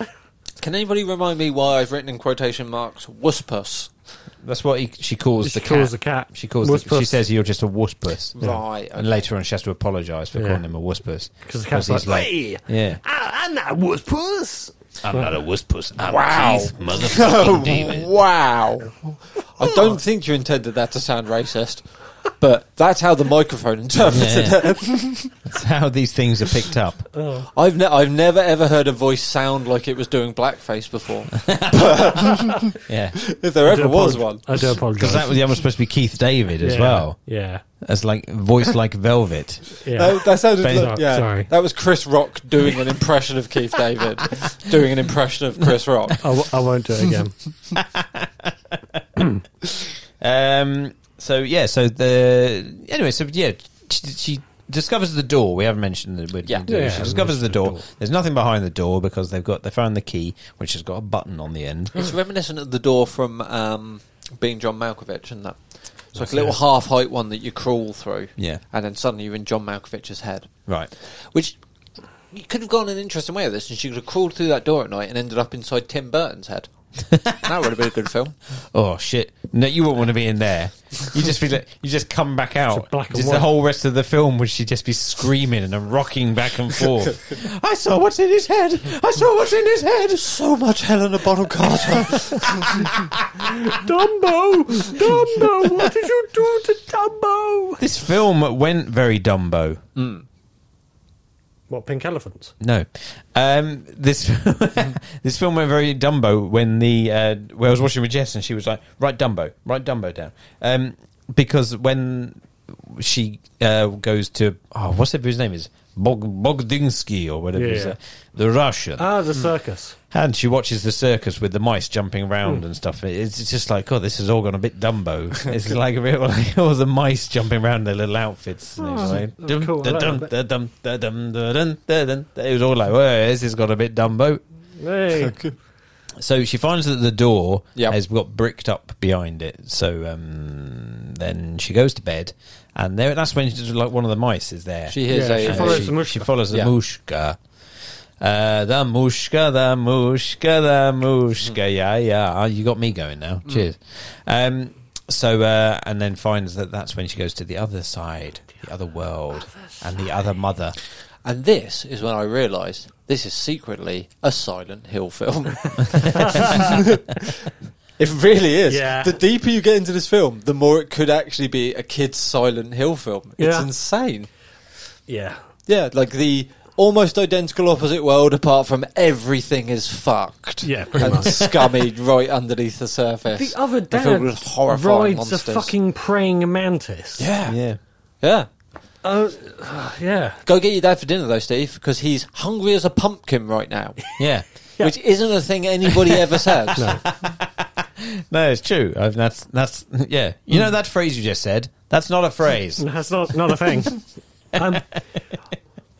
Can anybody remind me why I've written in quotation marks "wuspus"? That's what he, she calls She the cat. calls the cat. She calls. The, she Wusspuss. says you're just a wusspuss. Right, okay. And later on, she has to apologise for Yeah. calling him a wusspuss Because the cat's he's like, like, hey, yeah, I, I'm not was puss. I'm not a wusspuss. I'm Wow. Keith, motherfucking demon. Wow. I don't think you intended that to sound racist, but that's how the microphone interpreted Yeah. it. That's how these things are picked up. I've, ne- I've never ever heard a voice sound like it was doing blackface before, Yeah, if there ever was one. I do apologise. because that was the other supposed to be Keith David as Yeah. well Yeah. as like voice like Velvet. Yeah. That, that sounded Ben- like, yeah. sorry. That was Chris Rock doing an impression of Keith David, doing an impression of Chris Rock. I, w- I won't do it again. Um. So yeah. So the anyway. So yeah. She, she discovers the door. We haven't mentioned that. we're- Yeah. Yeah. She discovers the door. Door. There's nothing behind the door because they've got they found the key, which has got a button on the end. It's reminiscent of the door from um, being John Malkovich, isn't that? It's like a little half height one that you crawl through. Yeah. And then suddenly you're in John Malkovich's head. Right. Which you could have gone an interesting way with this, and she could have crawled through that door at night and ended up inside Tim Burton's head. that would have been a good film. Oh shit! No, you wouldn't want to be in there. You just be like, you just come back out. black and just white. the whole rest of the film would she just be screaming and rocking back and forth? I saw what's in his head. I saw what's in his head. So much Helena Bonham Carter. Dumbo! Dumbo! What did you do to Dumbo? This film went very Dumbo. What, pink elephants? No, um, this this film went very Dumbo when the uh, where I was watching with Jess and she was like, "Write Dumbo, write Dumbo down," um, because when she uh, goes to oh, what's his name is Bog, Bogdinsky or whatever Yeah, he's, yeah. uh, the Russian, Ah, the circus. and she watches the circus with the mice jumping Hmm. around and stuff. It's it's just like, oh, this has all gone a bit Dumbo. It's like, a bit like all the mice jumping around in their little outfits. And it was Oh, like, that's dum, cool. I da, like dum, that. da, dum, da, dum, da, dum, da, dum. It was all like, well, this has got a bit Dumbo. Hey. So she finds that the door Yep. has got bricked up behind it. So um, then she goes to bed, and there, that's when she's like one of the mice is there. She hears Yeah, a. she And follows she, the mushka. she follows the Yeah. mushka. Uh, the mushka, the mushka, the Mm. mushka. Yeah, yeah. Ah, You got me going now. Cheers. Um, so, uh, and then finds that that's when she goes to the other side, the other world, and the other mother. and this is when I realised this is secretly a Silent Hill film. it really is. Yeah. The deeper you get into this film, the more it could actually be a kid's Silent Hill film. It's Yeah. insane. Yeah. Yeah, like the almost identical opposite world, apart from everything is fucked. Yeah, pretty and much. scummy right underneath the surface. The other They're dad filled with rides horrifying monsters. a fucking praying mantis. yeah, Yeah. yeah. Oh, yeah. Go get your dad for dinner though, Steve, because he's hungry as a pumpkin right now, Yeah. which isn't a thing anybody ever says. No, it's true. I've, that's that's yeah. You know that phrase you just said. That's not a phrase. That's not not a thing. um,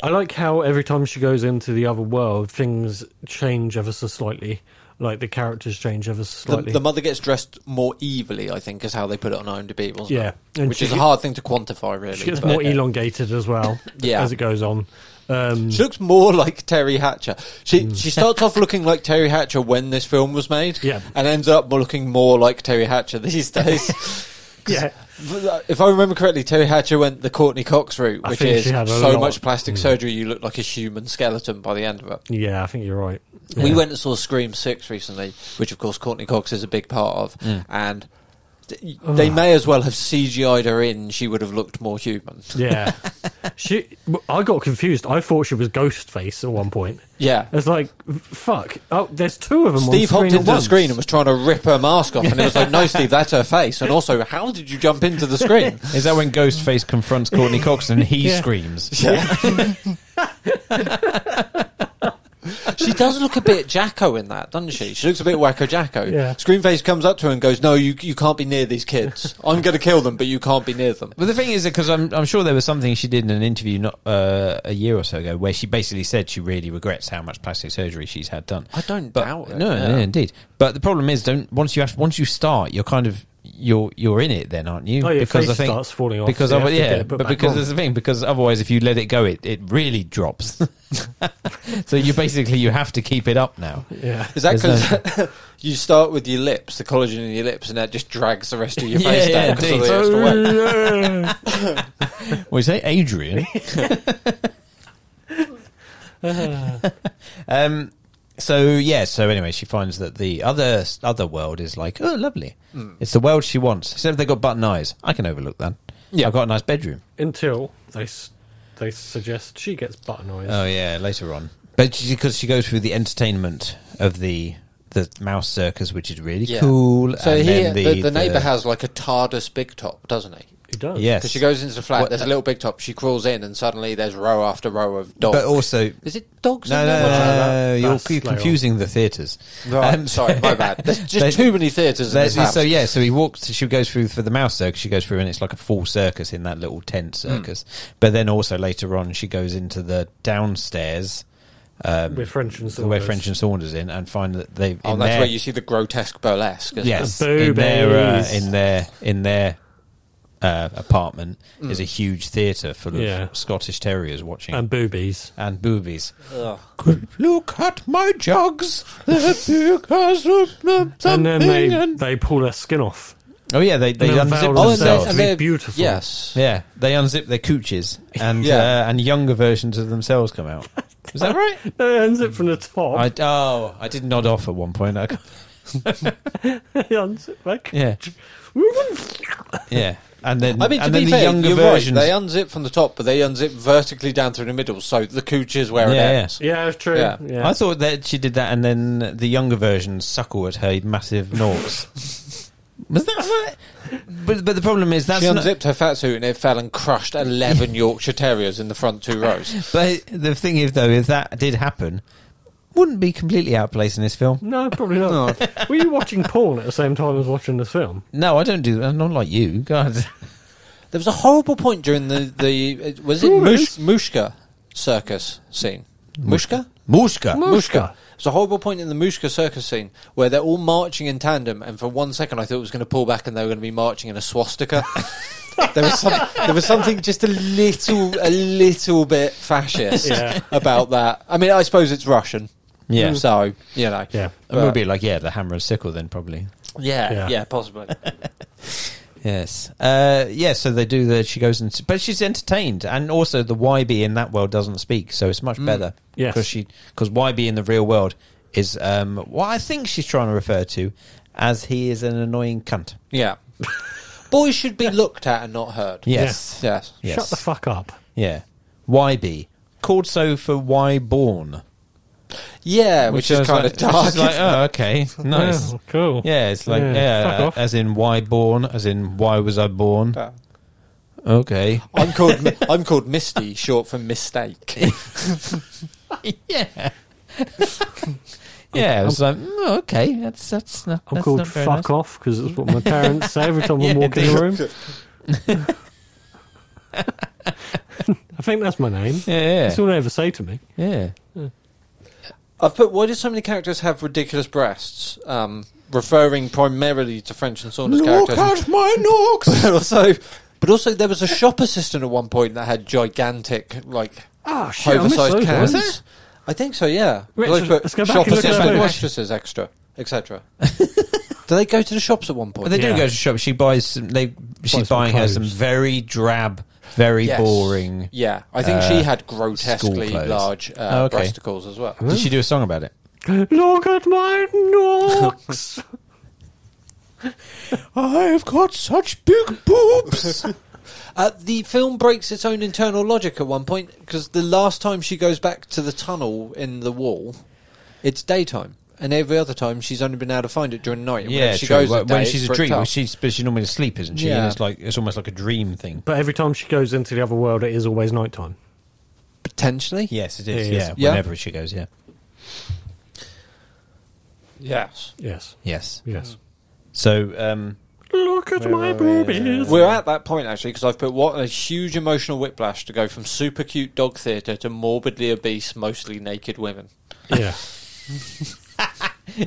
I like how every time she goes into the other world, things change ever so slightly. Like the characters change ever so The, slightly. the mother gets dressed more evilly, I think, is how they put it on IMDb, wasn't Yeah. it? And which she is a get- hard thing to quantify, really. she gets but- more elongated as well Yeah. as it goes on. Um, She looks more like Terry Hatcher. She Hmm. she starts off looking like Terry Hatcher when this film was made, Yeah. and ends up more looking more like Terry Hatcher these days. yeah, if I remember correctly, Terry Hatcher went the Courtney Cox route, I which think is she had a so lot. Hmm. much plastic surgery you look like a human skeleton by the end of it. yeah. I think you're right. We Yeah. went and saw Scream Six recently, which of course Courtney Cox is a big part of, Hmm. and. th- They may as well have CGI'd her in. She would have looked more human. Yeah, she. I got confused. I thought she was Ghostface at one point. Yeah. It's like fuck. Oh, there's two of them. Steve on hopped screen into at the once. screen and was trying to rip her mask off, and it was like, "No, Steve, that's her face." And also, how did you jump into the screen? Is that when Ghostface confronts Courtney Cox and he Yeah. screams? She does look a bit Jacko in that, doesn't she? She looks a bit Wacko Jacko. Yeah. Screenface comes up to her and goes, "No, you you can't be near these kids. I'm going to kill them, but you can't be near them." But the thing is, because I'm, I'm sure there was something she did in an interview not uh, a year or so ago where she basically said she really regrets how much plastic surgery she's had done. I don't but, doubt it, No, yeah. no, indeed. But the problem is, don't once you have, once you start, you're kind of you're you're in it then, aren't you? Oh, your face starts falling off, Because so you other- have to get yeah, it put but back because on. there's the thing. Because otherwise, if you let it go, it it really drops. so you basically you have to keep it up now. Yeah. Is that There's because you start with your lips, the collagen in your lips, and that just drags the rest of your Yeah, face yeah, down? 'cause of indeed. the extra weight? Oh, yeah. Well, you say Adrian. um, so yeah. So anyway, she finds that the other other world is like oh lovely. Hmm. It's the world she wants. Except they've got button eyes. I can overlook that. Yeah. I've got a nice bedroom. Until they s- they suggest she gets button noise. Oh yeah, later on. But she, because she goes through the entertainment of the the mouse circus, which is really Yeah. cool. So and here, then the, the, neighbor has like a TARDIS big top, doesn't he? He does. yes. Because she goes into the flat, What- there's a little big top. She crawls in, and suddenly there's row after row of dogs. but also Is it dogs? No, in no, there? no, What's that? no, no, you're, That's you're later on. confusing the theatres. Right, Um, sorry, my bad. There's just They- too many theatres in There's- this house. so yeah, so he walks. She goes through for the mouse circus. She goes through, and it's like a full circus in that little tent Hmm. circus. But then also later on, she goes into the downstairs um, With French and where Saunders. French and Saunders in, and find that they. oh, in that's their- where you see the grotesque burlesque. Isn't Yes, The in their, uh, boobies. in their in their uh, apartment Hmm. is a huge theatre full of Yeah. Scottish terriers watching and boobies. and boobies. Ugh. Look at my jugs. They're because of something. And then they, they pull their skin off. oh yeah, they they and unveil unzip Oh, and themselves themselves. they- and to be they're- beautiful. Yes. yeah, they unzip their cooches, and Yeah. uh, and younger versions of themselves come out. Is that right? They unzip from the top. I oh, I did nod off at one point. I, they unzip back. yeah, yeah, and then I mean, to and be then the fair, younger you're versions. right. They unzip from the top, but they unzip vertically down through the middle, so the cooch is where Yeah, it yeah. ends. Yeah, it's true. Yeah. Yeah. I thought that she did that, and then the younger versions suckle at her massive norks. Was that right? But but the problem is that's She not, unzipped her fat suit and it fell and crushed 11 Yorkshire Terriers in the front two rows. But the thing is, though, if that did happen, wouldn't be completely out of place in this film. no, probably not. Were you watching porn at the same time as watching this film? No, I don't do that. I'm not like you, God. There was a horrible point during the. the uh, was it Ooh, Mush, Mushka circus scene? Mushka? Mushka. Mushka. There's a horrible point in the Mushka circus scene where they're all marching in tandem, and for one second I thought it was going to pull back and they were going to be marching in a swastika. there, was some, there was something just a little, a little bit fascist Yeah. about that. I mean, I suppose it's Russian. Yeah. So, you know. Yeah. And we'll be like, yeah, the hammer and sickle, then probably. yeah, Yeah. yeah, possibly. Yes. Uh, yeah, so they do the. She goes and. But she's entertained. And also, the YB in that world doesn't speak, so it's much better. Yes. Because YB in the real world is um, what I think she's trying to refer to as he is an annoying cunt. Yeah. Boys should be looked at and not heard. Yes. Yes. Yes. Shut the fuck up. Yeah. YB. Called so for Y born. Yeah, which, I is was kind like- of dark. It's like, oh, okay, nice. Yeah, cool. Yeah, it's like, Yeah, yeah, fuck off. as in why born, as in why was I born? Yeah. Okay. I'm called I'm called Misty, short for mistake. yeah. yeah, it was like, mm, okay, that's that's not. I'm that's called not very fuck off 'cause off because it's what my parents say every time I Yeah, walk in dude. the room. I think that's my name. Nice. That's all they ever say to me. Yeah, yeah, I've put why do so many characters have ridiculous breasts? Um, referring primarily to French and Saunders characters. my nooks. But also but also there was a shop assistant at one point that had gigantic like Ah, shit, I missed oversized those cans. ones. I think so, yeah. Rich, Well, they put let's go back shop and look at assistant, those. actresses extra, etc. do they go to the shops at one point? But they do Yeah. go to shop. She buys. Some, they she's some buying her some clothes. very drab, very Yes. boring. Yeah, I think uh, she had grotesquely school clothes. large uh, Oh, okay. breasticles as well. Did she do a song about it? Look at my knocks. I've got such big boobs. Uh, the film breaks its own internal logic at one point because the last time she goes back to the tunnel in the wall, it's daytime, and every other time she's only been able to find it during night. And Yeah, whenever she true. goes Well, at when day, she's it's a bricked dream, well, up. she's but she's normally asleep, isn't she? Yeah. And it's like it's almost like a dream thing. but every time she goes into the other world, it is always nighttime. potentially. Yes, it is, is. It is. Yeah, Yeah. whenever she goes, yeah, Yes. Yes. yes. Yes. So, um, Look at my boobies. We're at that point actually because I've put what a huge emotional whiplash to go from super cute dog theatre to morbidly obese, mostly naked women. Yeah.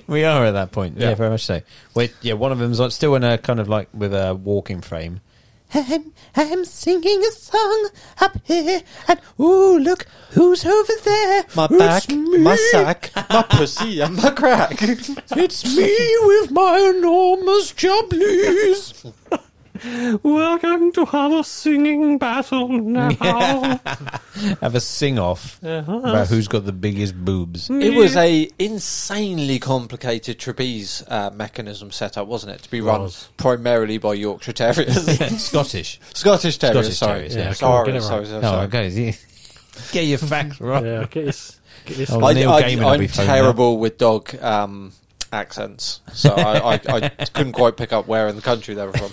we are at that point. Yeah, Yeah. very much so. Wait, yeah, one of them's like still in a kind of like with a walking frame. I'm, I'm singing a song up here, and ooh, look who's over there. My It's back, my me. sack, my pussy, and my crack. It's me with my enormous jubblies. Welcome to our singing battle now. Have a sing off about who's got the biggest boobs. It was a insanely complicated trapeze uh, mechanism set up, wasn't it? To be run Was. primarily by Yorkshire Terriers, Scottish. Scottish Scottish Terriers. sorry, Terriers, yeah. Yeah, I sorry, couldn't get it sorry, right. sorry, No, sorry. Oh, okay. Get your facts right. yeah, get this. Get this. Oh, I, Neil I, Gaiman will be I'm phoning up. terrible with dog um, accents, so I, I, I couldn't quite pick up where in the country they were from.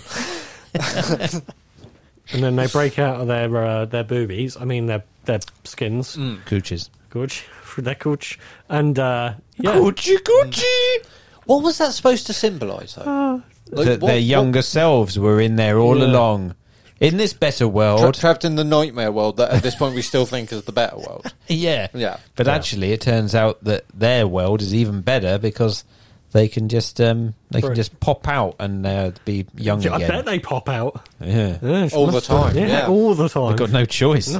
And then they break out of their uh, their boobies. I mean their their skins. Mm. Cooches. Gooch for their cooch. And uh, yeah, Coochie, coochie. What was that supposed to symbolise, though? Ah. Like, That what- their what- younger selves were in there all Yeah. along. In this better tra- world. trapped in the nightmare world that at this point we still think is the better world. yeah. Yeah. But actually, it turns out that their world is even better because They can just um, they can Right. just pop out and uh, be young Yeah, I again. bet they pop out. Yeah, Yeah, All the must- time, yeah. all the time. they've got no choice.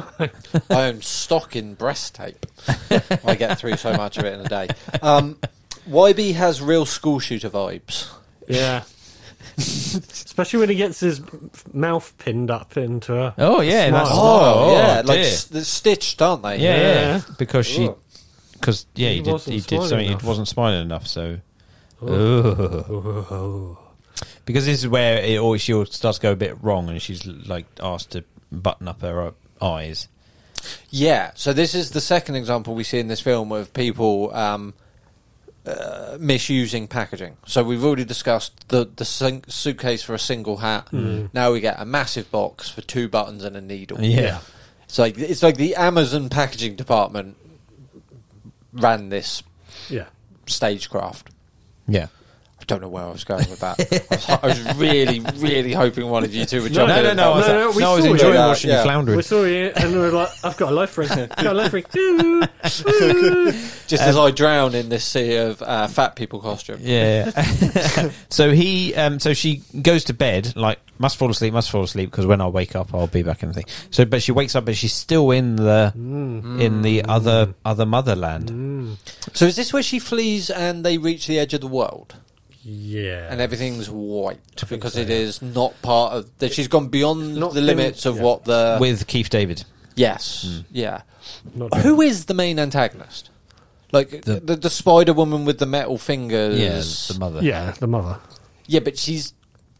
I am stock in breast tape. I get through so much of it in a day. Um, YB has real school shooter vibes. Yeah. Especially when he gets his mouth pinned up into her. Oh yeah, Smile. that's Oh, oh, yeah, like dear. s- they're stitched, aren't they? yeah, yeah, Yeah. because she because yeah, he, He did wasn't he did smiling something. enough. Oh. He wasn't smiling enough, so. Ugh. Because this is where it always she starts to go a bit wrong, and she's like asked to button up her uh, eyes. Yeah. So this is the second example we see in this film of people um, uh, misusing packaging. So we've already discussed the the sing- suitcase for a single hat. Mm. Now we get a massive box for two buttons and a needle. Yeah. It's like it's like the Amazon packaging department ran this Yeah. stagecraft. yeah. I don't know where I was going with that. I was, I was really, really hoping one of you two would No, jump no, in. no, no, I was, no, we no, I was saw it. enjoying Yeah, watching yeah. you floundering. We saw you and we were uh, like, I've got a life ring. I've got a life ring. Ooh, ooh. Just Um, as I drown in this sea of uh, fat people costume. Yeah. so he, um, so she goes to bed, like must fall asleep, must fall asleep, because when I wake up, I'll be back in the thing. So, but she wakes up, but she's still in the Mm. in the other other motherland. So is this where she flees and they reach the edge of the world Yeah. and everything's white because it is not part of that she's gone beyond the limits of yeah. what the with Keith David. yes Hmm. yeah Not who is the main antagonist like the, the, spider woman with the metal fingers Yeah, the mother. yeah, the mother. Yeah, but she's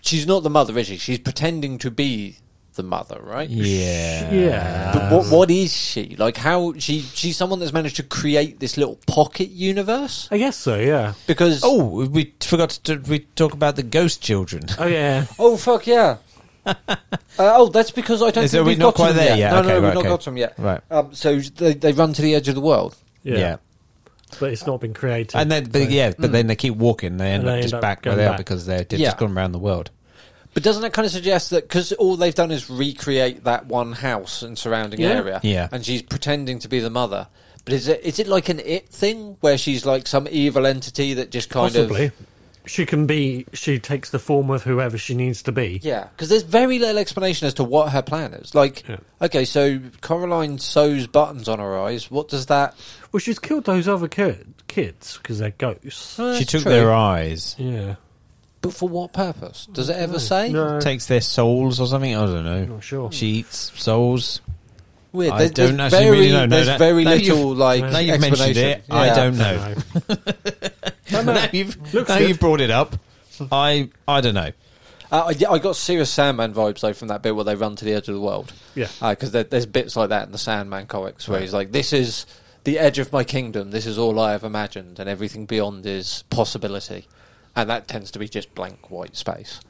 she's not the mother is she she's pretending to be the mother right Yeah. Yeah. but what what is she like how she she's someone that's managed to create this little pocket universe I guess so, yeah. because Oh, we forgot to we talk about the ghost children. Oh, yeah. Oh fuck yeah! Uh, oh, that's because I don't Is- are think we we've not got to quite them there yet. yet? No, Okay, no, we've right, not okay. got to them yet. Right. Um, so they, they run to the edge of the world. Yeah. Yeah. But it's not been created. And then, but yeah, but then they keep walking. They end And they up end just up back where going they are back. because they're, they've Yeah. just gone around the world. But doesn't that kind of suggest that because all they've done is recreate that one house and surrounding Yeah. area? Yeah. And she's pretending to be the mother. But is it is it like an it thing where she's like some evil entity that just kind Possibly. of She can be, she takes the form of whoever she needs to be. yeah? Because there's very little explanation as to what her plan is. Like, Yeah. okay, so Coraline sews buttons on her eyes. What does that? Well, she's killed those other kid, kids because they're ghosts. Well, she that's took true. their eyes, Yeah. But for what purpose? Does it ever say? No. takes their souls or something. I don't know. Not sure. She eats souls. Weird. I There's, don't there's actually very, really know. No, there's that- very now you've- little like now you've mentioned explanation. it, I Yeah. don't know. No. now you've, Looks now good. you've brought it up. I I don't know. Uh, I, yeah, I got serious Sandman vibes though from that bit where they run to the edge of the world. Yeah. Because Uh, there, there's bits like that in the Sandman comics where he's like, "This is the edge of my kingdom. This is all I have imagined, and everything beyond is possibility." And that tends to be just blank white space.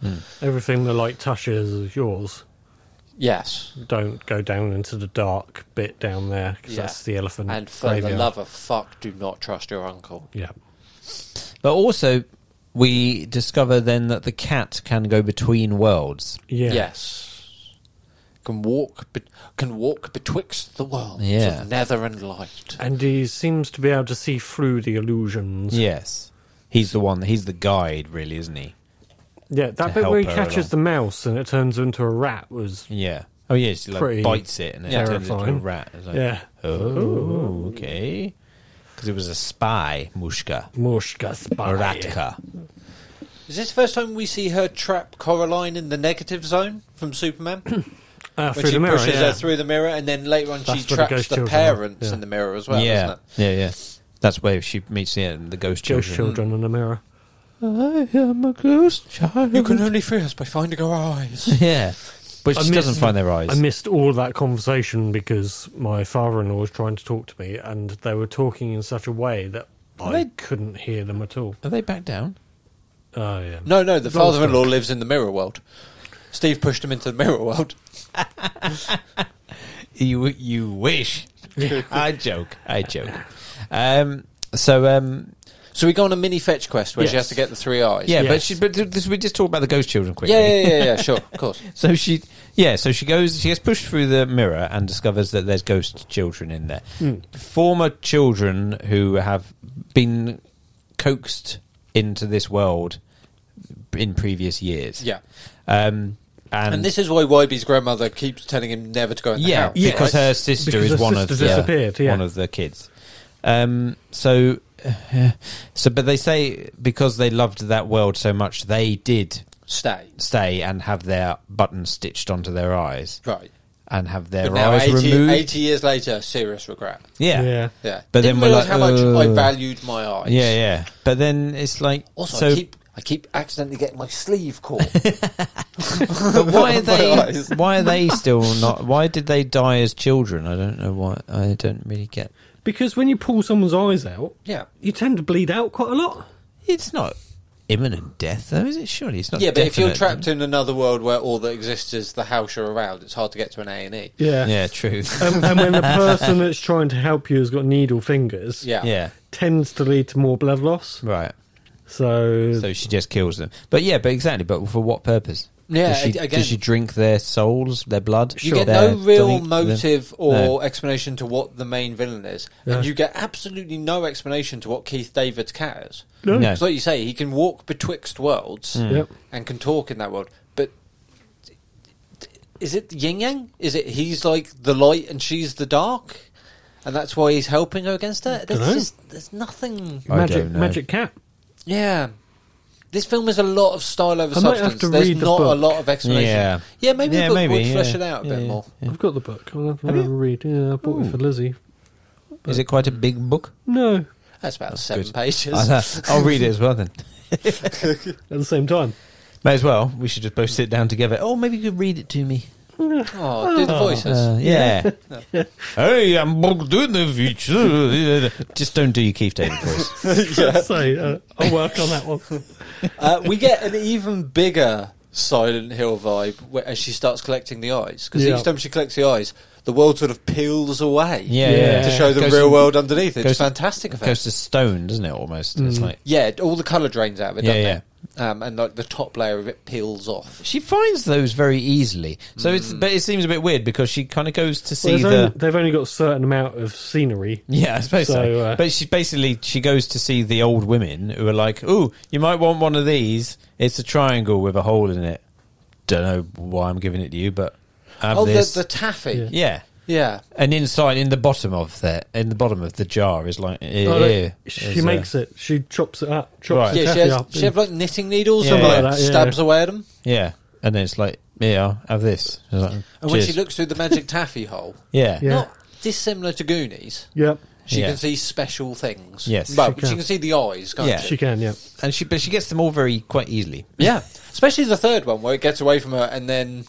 Everything the light touches is yours. Yes. Don't go down into the dark bit down there because Yeah. that's the elephant. And for graveyard. the love of fuck, do not trust your uncle. Yeah. But also, we discover then that the cat can go between worlds. Yeah. Yes. Can walk, be- can walk betwixt the worlds Yeah. of nether and light. And he seems to be able to see through the illusions. Yes, he's the one. He's the guide, really, isn't he? Yeah, To that bit where he help her catches along. the mouse and it turns into a rat was. Yeah. Oh yeah, she like Pretty bites it and it turns into a terrifying. rat. It's like, Yeah. Oh, okay. Because it was a spy, Mushka, Mushka spy. a ratka. Is this the first time we see her trap Coraline in the negative zone from Superman? Uh, when through she the mirror. pushes yeah. her through the mirror, and then later on she That's where the traps ghost the, children are, parents yeah. in the mirror as well, yeah, isn't it? yeah, yeah. That's where she meets the, uh, the ghost Ghost children. children in the mirror. I am a ghost child. You can only free us by finding our eyes. yeah, but I she doesn't missed- find their eyes. I missed all of that conversation because my father-in-law was trying to talk to me, and they were talking in such a way that I they- couldn't hear them at all. Are they back down? Oh yeah, No, no, the Long father in law lives in the mirror world. Steve pushed him into the mirror world. You you wish. I joke. I joke. Um. So um. So we go on a mini fetch quest where she Yes. has to get the three eyes. Yeah, but Yes. she. But this, we just talk about the ghost children quickly. Yeah, yeah, yeah, yeah, sure, of course. So she, yeah, so she goes, she gets pushed through the mirror and discovers that there's ghost children in Hmm. there. Former children who have been coaxed into this world in previous years. Yeah. Um, and, And this is why YB's grandmother keeps telling him never to go in the yeah, house. Yeah. because her sister Because is her one sister of the disappeared, yeah. one of the kids. Um, so, uh, so but they say because they loved that world so much, they did Stay. stay and have their buttons stitched onto their eyes Right. and have their But now, eyes 80, removed. 80 years later, serious regret. Yeah. Yeah. Yeah. But then Didn't we're realise like, how much "Ugh." I valued my eyes. Yeah, yeah. But then it's like Also, so I keep I keep accidentally getting my sleeve caught. but why are My they eyes. why are they still not why did they die as children? I don't know why I don't really get. Because when you pull someone's eyes out, yeah. you tend to bleed out quite a lot. It's not imminent death though, is it? Surely it's not Yeah, but if you're definite. trapped in another world where all that exists is the house you're around, it's hard to get to an A and E. Yeah. Yeah, true. And, and when the person that's trying to help you has got needle fingers, Yeah. yeah. tends to lead to more blood loss. Right. So, So she just kills them. But yeah, but exactly, but for what purpose? Yeah, does she, ag- again- does she drink their souls, their blood? You get Their- no real drink- motive their- or No. explanation to what the main villain is, Yeah. and you get absolutely no explanation to what Keith David's cat is. no. No. Hmm. It's like you say, he can walk betwixt worlds Yep. and can talk in that world, but is it yin yang? Is it he's like the light and she's the dark, and that's why he's helping her against her? There's Dunno. just there's nothing. I Magic, don't know. magic cat. Yeah. This film is a lot of style over I might have substance. to There's read the not a book. lot of explanation. Yeah. yeah maybe Yeah, the book maybe, would flesh yeah. it out a Yeah, bit yeah. more. I've got the book. I'll have to have a read. Yeah, I bought it for Lizzie. Is it quite a big book? No, That's about seven good. pages. I'll, uh, I'll read it as well then. at the same time. May as well. We should just both sit down together. Oh, maybe you could read it to me. oh, do the voices. Uh, yeah. hey, I'm Bob Dunovich. Just don't do your Keith David voice. so uh, I'll work on that one. Uh, we get an even bigger Silent Hill vibe where, as she starts collecting the eyes. Because Yeah. each time she collects the eyes, the world sort of peels away. Yeah, Yeah. yeah. To show the Goes real to- world underneath. It's goes to- fantastic effect. Goes to stone, doesn't it? Almost. It's like yeah, all the colour drains out of it, Yeah, doesn't it? Um, and like the top layer of it peels off. she finds those very easily. So it's but it seems a bit weird because she kind of goes to see Well, there's the. only- they've only got a certain amount of scenery. Yeah, I suppose so. So, uh, but she basically she goes to see the old women who are like, "Ooh, you might want one of these. It's a triangle with a hole in it. Don't know why I'm giving it to you, but have Oh, the, this." the taffy. Yeah. yeah, yeah. and inside in the bottom of that, in the bottom of the jar is like, eh, Oh, eh, look, she is, uh, makes it. She chops it up. Chops Right. the Yeah, she taffy has, up. she have like knitting needles Yeah, and yeah. like Like that, yeah. stabs away at them. yeah, and then it's like, yeah, I'll have this. It's like, And Oh, when she cheers. looks through the magic taffy hole, yeah, Yeah. not dissimilar to Goonies, yep. she Yeah. can see special things. Yes. but She she can. can, see the eyes, can't Yeah. she? She can. Yeah. and she but she gets them all very quite easily. Yeah, especially the third one where it gets away from her, and then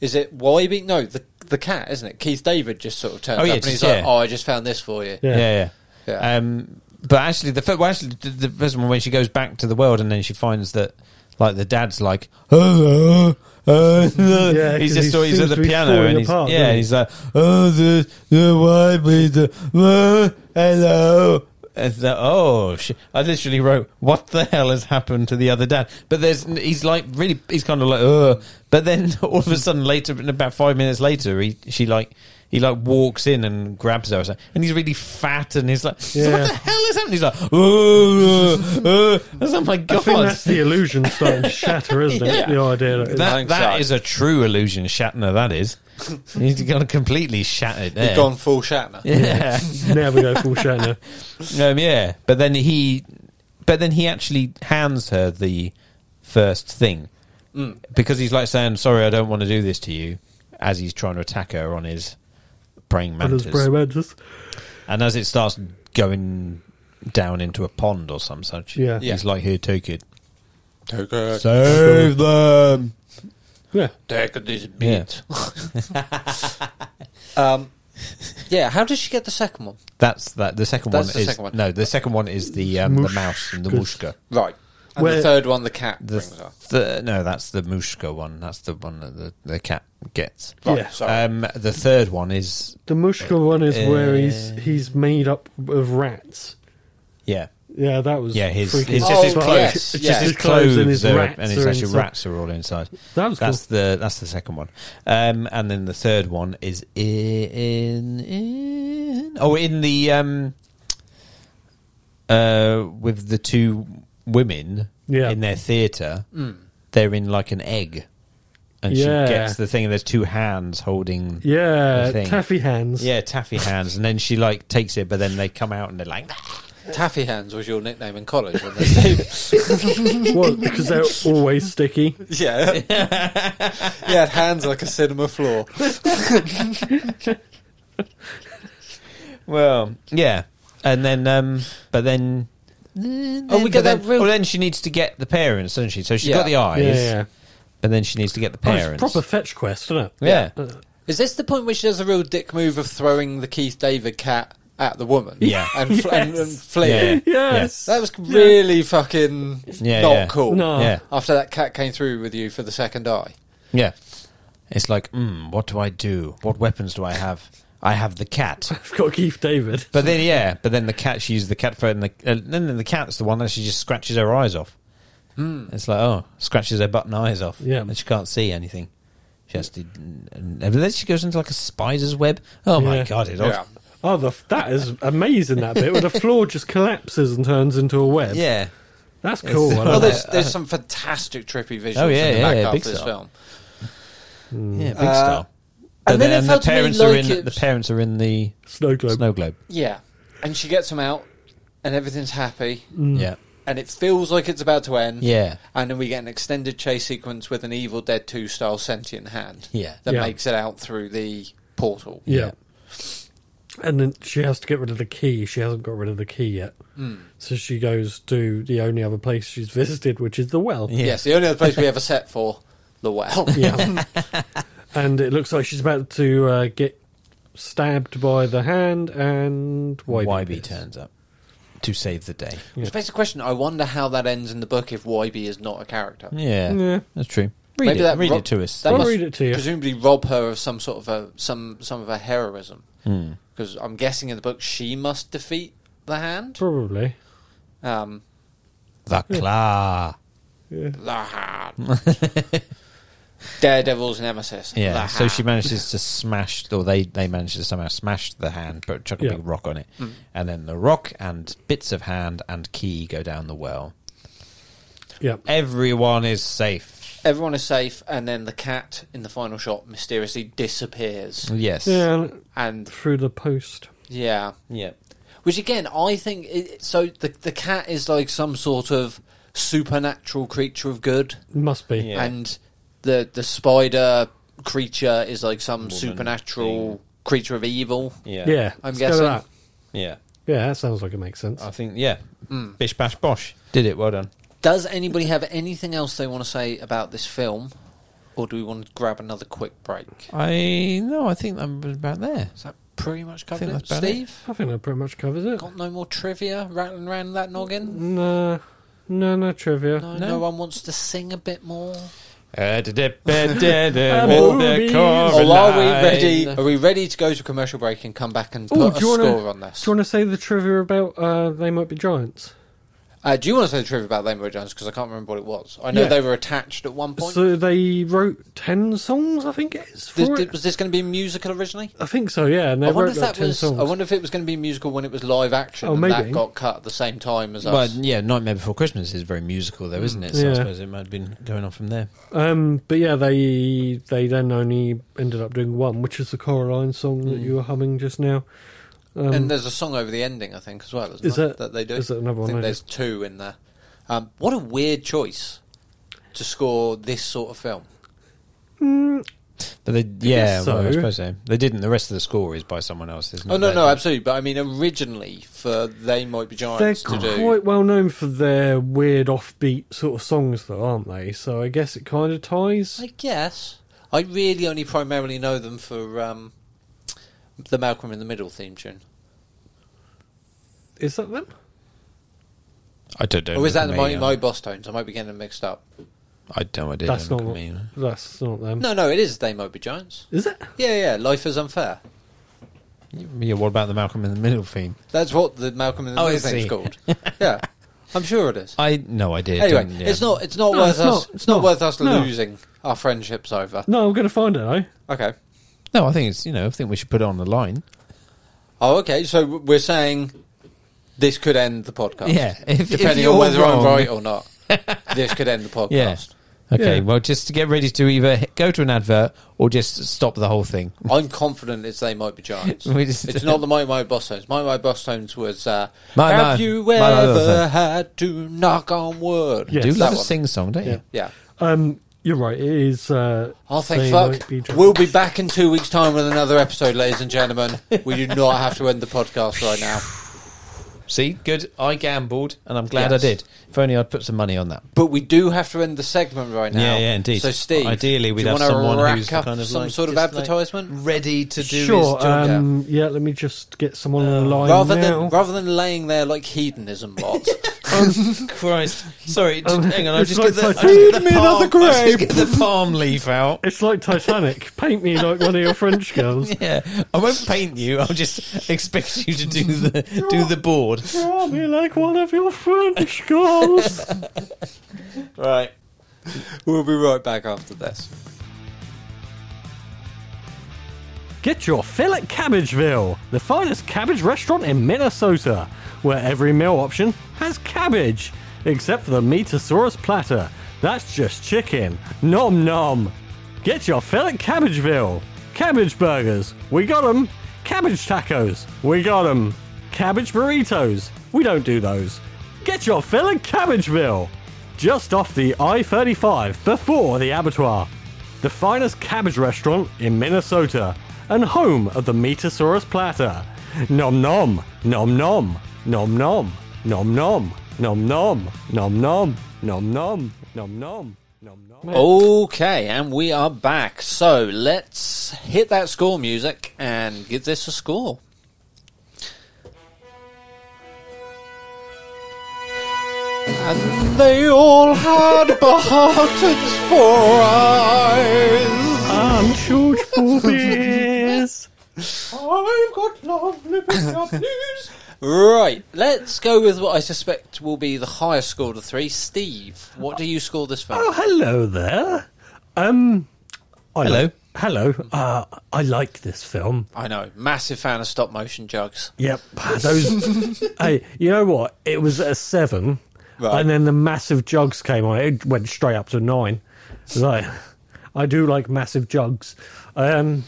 is it Wybe? No, the the cat, isn't it? Keith David just sort of turns Oh, yeah, up and just- he's like, yeah. "Oh, I just found this for you." Yeah. Yeah, yeah. Yeah. Um, but actually, the fir- well, actually the, the first one when she goes back to the world and then she finds that like the dad's like, oh, uh, uh, Yeah, he's 'cause just he always seems at the to be piano falling and he's apart, yeah, doesn't and he? he's like, oh, the the why be the oh, hello. And it's like, oh, sh-. I literally wrote, "What the hell has happened to the other dad?" But there's, he's like, really, he's kind of like, ugh. But then all of a sudden, later, about five minutes later, he, she like, he like walks in and grabs her, or something. and he's really fat, and he's like, so Yeah. "What the hell is happening?" He's like, "Oh, oh, oh." my I think god!" that's the illusion starting to shatter, isn't it? Yeah. The idea that, I That, think that so. is a true illusion, Shatner. That is. He's gone completely shattered. There. He's gone full Shatner. Yeah. now we go full Shatner. um, yeah. But then he, but then he actually hands her the first thing because he's like saying, "Sorry, I don't want to do this to you," as he's trying to attack her on his praying And mantis. there's Bray Mantis. And as it starts going down into a pond or some such, Yeah. he's like, "Here, take it, Take her, save them." Yeah. take her this Yeah. beat. um, yeah. How does she get the second one? That's that. The second That's one the is second one. no. The second one is the um, the mouse and the mushka. Right. And Where- the third one, the cat The, brings her. the no, that's the mushka one. That's the one that the, the cat gets. Yeah. Right, sorry. Um, the third one is The Mushka one is where he's Uh, he's made up of rats. yeah. Yeah, that was Yeah, his, freaking his, Oh, just his yes, clothes, yes. it's Yeah. just his His clothes clothes, and his are- rats and his are actually inside. rats are all inside. That was that's the that's the second one, um, and then the third one is in, in oh in the um, uh, with the two women Yeah. in their theatre, Hmm. they're in like an egg, and Yeah. she gets the thing, and there's two hands holding. Yeah, The thing. taffy hands. Yeah, taffy hands, and then she like takes it, but then they come out and they're like, Taffy hands was your nickname in college. Wasn't it? Well, because they're always sticky. yeah, you had hands like a cinema floor. well, yeah, and then, um, but then, Oh, we but got then, that real. well, then she needs to get the parents, doesn't she? So she's got Yeah. the eyes, Yeah, yeah. and then she needs to get the Oh, it's parents. proper fetch quest, isn't it? Uh, yeah. Is this the point where she does a real dick move of throwing the Keith David cat at the woman? Yeah. and fl- and, and fleeing. Yeah. Yes. That was really fucking Yeah, not yeah. cool. No. Yeah. After that cat came through with you for the second eye. Yeah. It's like, mm, what do I do? What weapons do I have? I have the cat. I've got Keith David. But then, yeah, but then the cat, she uses the cat phone, and the, uh, and then the cat's the one that she just scratches her eyes off. It's like, oh, scratches her button eyes off. Yeah. And she can't see anything. She has to, and then she goes into like a spider's web. Oh my Yeah. God, it Yeah. all. Oh, the, that is amazing, that bit, where the floor just collapses and turns into a web. Yeah. That's cool. I Well, like there's, that. there's some fantastic trippy visuals Uh, Oh, yeah, in the yeah, back yeah, half big of this stuff. film. Yeah, big Uh, style. But and then it the felt to me parents like are in it the was- parents are in the Snow globe. snow globe. Yeah, and she gets them out, and everything's happy, Yeah, and it feels like it's about to end. Mm. yeah, And then we get an extended chase sequence with an Evil Dead 2 style sentient hand yeah, that Yeah. makes it out through the portal. Yeah. And then she has to get rid of the key. She hasn't got rid of the key yet. Hmm. So she goes to the only other place she's visited, which is the well. Yeah. Yes, the only other place we ever set for the well. Yeah. and it looks like she's about to uh, get stabbed by the hand and YB, YB appears. turns up to save the day. Which begs the question I wonder how that ends in the book if YB is not a character. Yeah, Yeah. that's true. Read Maybe it. that read ro- it to us. that I'll must read it to you. Presumably rob her of some sort of a, some, some of her heroism. Hmm. Because I'm guessing in the book she must defeat the hand. Probably. Um, the claw. the hand. Daredevil's nemesis. Yeah. The So she hand. manages to smash, or they they manage to somehow smash the hand, but chuck a Yeah. big rock on it, and then the rock and bits of hand and key go down the well. Yeah. Everyone is safe. Everyone is safe, and then the cat in the final shot mysteriously disappears. Yes. Yeah. and And Through the post. yeah, Yeah. which again, I think it, so. The the cat is like some sort of supernatural creature of good, Must be. Yeah. and the the spider creature is like some supernatural creature of evil. Yeah. Yeah, I'm let's go with guessing. Oh. that. Yeah. Hmm. Yeah, that sounds like it makes sense. I think. Yeah. Bish bash bosh. Did it. Well done. Does anybody have anything else they want to say about this film, or do we want to grab another quick break? I no. I think I'm about there. Is that pretty much covered think it, that's about it. Steve? I think that pretty much covers it. Got no more trivia rattling around that noggin? No, no, no trivia. No, No. no. one wants to sing a bit more. Boobies. Or Or are we ready? Are we ready to go to commercial break and come back and put Ooh, a do you wanna- score on this? Do you want to say the trivia about uh, they might be giants? uh, do you want to say the trivia about Rainbow Giants? Because I can't remember what it was. I know Yeah. they were attached at one point. So they wrote ten songs, I think it is. For This- it. thi- was this going to be a musical originally? I think so. Yeah, and they I wonder wrote if like that ten was. songs. I wonder if it was going to be musical when it was live action, Oh, and maybe. that got cut at the same time as Well, us. yeah, Nightmare Before Christmas is very musical, though, isn't it? So I Yeah. suppose it might have been going on from there. Um, but yeah, they they then only ended up doing one, which is the Coraline song Hmm. that you were humming just now. Um, and there's a song over the ending, I think, as well. Isn't Is there, it- that they do? is it another I one, think maybe? there's two in there. Um, what a weird choice to score this sort of film. But they, yeah, so. well, I suppose so. They didn't. The rest of the score is by someone else, isn't it? Oh no, They- no, absolutely. But I mean, originally for they might be they're giants to do. quite well known for their weird offbeat sort of songs, though, aren't they? So I guess it kind of ties. I guess I really only primarily know them for um, the Malcolm in the Middle theme tune, Is that them? I don't know. or is that the the Mighty My Boss Tones? I might be getting them mixed up. I don't. I didn't. That's look not. at me. That's not them. No, no, it is they might be giants. Is it? Yeah, yeah. Life is unfair. Yeah. What about the Malcolm in the Middle theme? That's what the Malcolm in the Oh, I Middle thing's see. called. yeah, I'm sure it is. I no idea. Anyway, didn't- yeah. it's not. It's not No, worth it's us. not, It's it's not, not. worth us No. losing our friendships over. No, I'm going to find it though. Okay. No, I think it's. You know, I think we should put it on the line. Oh, okay. So we're saying this could end the podcast. Yeah, if- if depending you're on whether wrong- I'm right or not, this could end the podcast. Yeah. Okay, Yeah. well, just to get ready to either hit- go to an advert or just stop the whole thing. I'm confident it's they might be giants. We just- it's not the My My Boss Tones. My My Boss Tones was uh, My Have My- you My My Boss ever Tones. had to knock on wood? Yes. Do you That love a one. sing song, don't you? Yeah. Yeah. Um, you're right. It is. Uh, Oh, thank they fuck. might be giants. we'll be back in two weeks' time with another episode, ladies and gentlemen. We do not have to end the podcast right now. See, good. I gambled, and I'm glad Yes. I did. If only I'd put some money on that. But we do have to end the segment right now. Yeah, yeah, indeed. So, Steve, Ideally, we'd do you have wanna someone rack who's up kind of some like- sort of just like- advertisement Ready to sure. Um, yeah. Let me just get someone on the line Uh, rather now. than rather than laying there like hedonism bots. Christ. Sorry, just, Um, hang on. I'll it's just like get the, I'll just Titanic. get Feed the me palm, another I'll just get the palm leaf out. it's like Titanic. Paint me like one of your French girls. Yeah, I won't paint you. I'll just expect you to do the do the board. Draw me like one of your French girls. Right. we'll be right back after this. Get your fill at Cabbageville, the finest cabbage restaurant in Minnesota, where every meal option has cabbage, except for the Metasaurus platter. That's just chicken. Nom nom. Get your fill at Cabbageville. Cabbage burgers, we got 'em. Cabbage tacos, we got 'em. Cabbage burritos, we don't do those. Get your fill at Cabbageville, just off the I 35 before the abattoir the finest cabbage restaurant in Minnesota, and home of the Metasaurus platter. Nom nom, nom nom, nom nom, nom nom, nom nom, nom nom, nom nom, nom nom, nom nom. Okay, and we are back. So let's hit that score music and give this a score. And they all had buttons for eyes. I'm huge boobies. I've got lovely news. Right, let's go with what I suspect will be the highest score to three. Steve, what do you score this film? Oh, hello there. Um, I Hello. like- hello. Uh, I like this film. I know, massive fan of stop motion jugs. Yep. Those. hey, you know what? It was at a seven, Right. and then the massive jugs came on. It went straight up to nine. It's Like, I do like massive jugs. Um,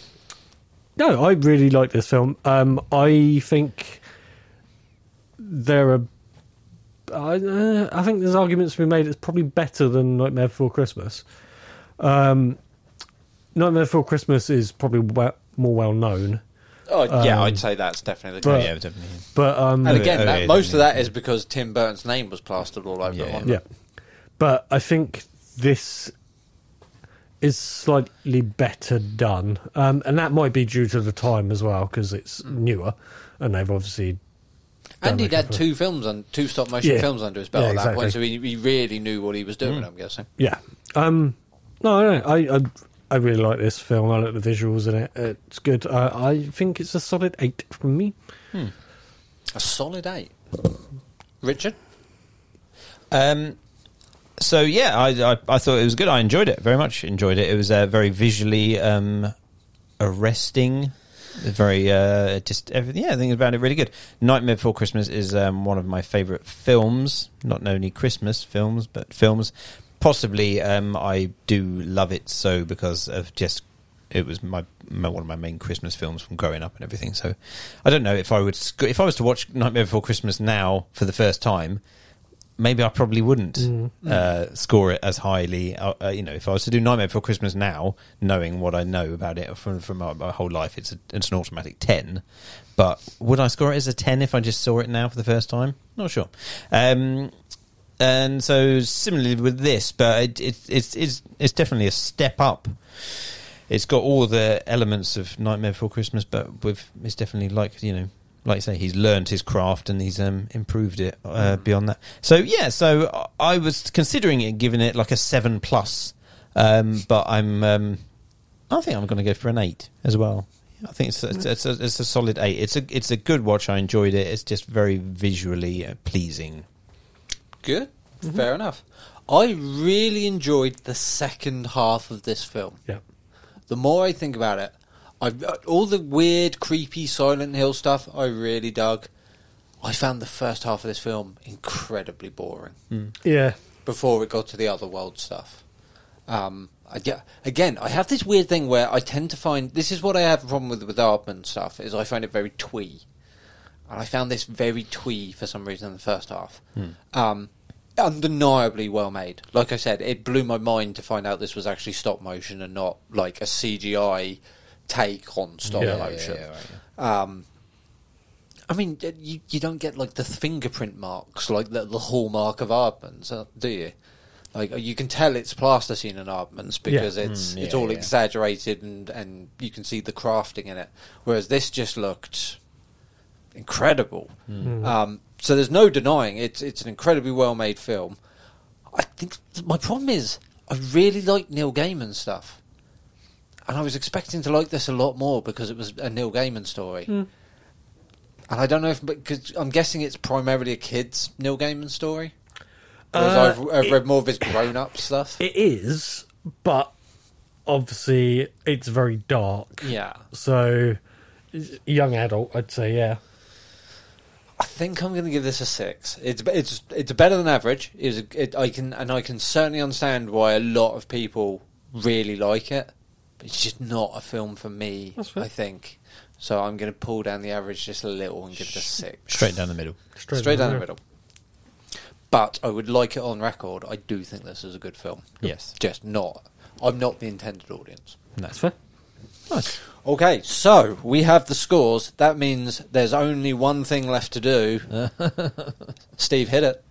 no, I really like this film. Um, I think there are. I, uh, I think there's arguments to be made. It's probably better than Nightmare Before Christmas. Um, Nightmare Before Christmas is probably we- more well known, Oh, yeah, I'd say that's definitely the but- case. Oh, Yeah, definitely. but um, And Oh, Um, again, yeah, that, yeah, most of yeah. that is because Tim Burton's name was plastered all over it. Yeah. on Yeah. But I think this is slightly better done. Um, and that might be due to the time as well, because it's Mm. newer. And they've obviously. And he'd Don't had make two films and two stop motion Yeah. films under his belt Yeah, at that point, so exactly. he, he really knew what he was doing. Mm. I'm guessing. Yeah. Um, no, I don't know. I, I, I really like this film. I like the visuals in it. It's good. Uh, I think it's a solid eight from me. A solid eight. Richard, Um, so yeah, I, I I thought it was good. I enjoyed it very much. Enjoyed it. It was uh, very visually um, arresting. Very uh, just everything. Yeah, I think about it really good. Nightmare Before Christmas is um, one of my favorite films. Not only Christmas films, but films. Possibly, um, I do love it so because of just it was my, my one of my main Christmas films from growing up and everything. So I don't know if I would sc- if I was to watch Nightmare Before Christmas now for the first time, maybe I probably wouldn't uh, score it as highly. Uh, uh, you know, if I was to do Nightmare Before Christmas now, knowing what I know about it from from my, my whole life, it's a, it's an automatic ten. But would I score it as a ten if I just saw it now for the first time? Not sure. Um, and so similarly with this, but it, it, it's it's it's definitely a step up. It's got all the elements of Nightmare Before Christmas, but with it's definitely like you know, like you say, he's learned his craft and he's um, improved it uh, Mm. beyond that. So yeah, so I- I was considering it, giving it like a seven plus, um, but I'm um, I think I'm going to go for an eight as well. I think it's it's, it's, a, it's a solid eight. It's a it's a good watch. I enjoyed it. It's just very visually uh, pleasing. good, Mm-hmm. fair enough. I really enjoyed the second half of this film. Yeah. The more I think about it, I all the weird, creepy Silent Hill stuff I really dug. I found the first half of this film incredibly boring Yeah. before it got to the other world stuff. Um, I get, again, I have this weird thing where I tend to find this is what I have a problem with with Aardman stuff is I find it very twee, and I found this very twee for some reason in the first half. Um, undeniably well made. Like I said, it blew my mind to find out this was actually stop motion and not like a CGI take on stop Yeah, yeah, motion. yeah, right, Um, I mean, uh, you you don't get like the fingerprint marks, like the, the hallmark of Aardman's, uh, do you? Like uh, you can tell it's plasticine in Aardman's because it's Mm, it's yeah, all yeah. exaggerated and and you can see the crafting in it. Whereas this just looked incredible. Um, so there's no denying it's it's an incredibly well made film. I think th- my problem is I really like Neil Gaiman stuff, and I was expecting to like this a lot more because it was a Neil Gaiman story. Hmm. And I don't know if because I'm guessing it's primarily a kids Neil Gaiman story. Whereas Uh, I've, I've read more of his grown up stuff. It is, but obviously it's very dark. yeah, So, y- young adult, I'd say, yeah. I think I'm going to give this a six. It's it's it's better than average. It was a- it, I can and I can certainly understand why a lot of people really like it. But it's just not a film for me. That's fair. I think so. I'm going to pull down the average just a little and give it a six. Straight down the middle. Straight, Straight down the there. middle. But I would like it on record. I do think this is a good film. Yes. Just not. I'm not the intended audience. That's fair. Nice. Okay, so we have the scores. That means there's only one thing left to do. Steve, hit it.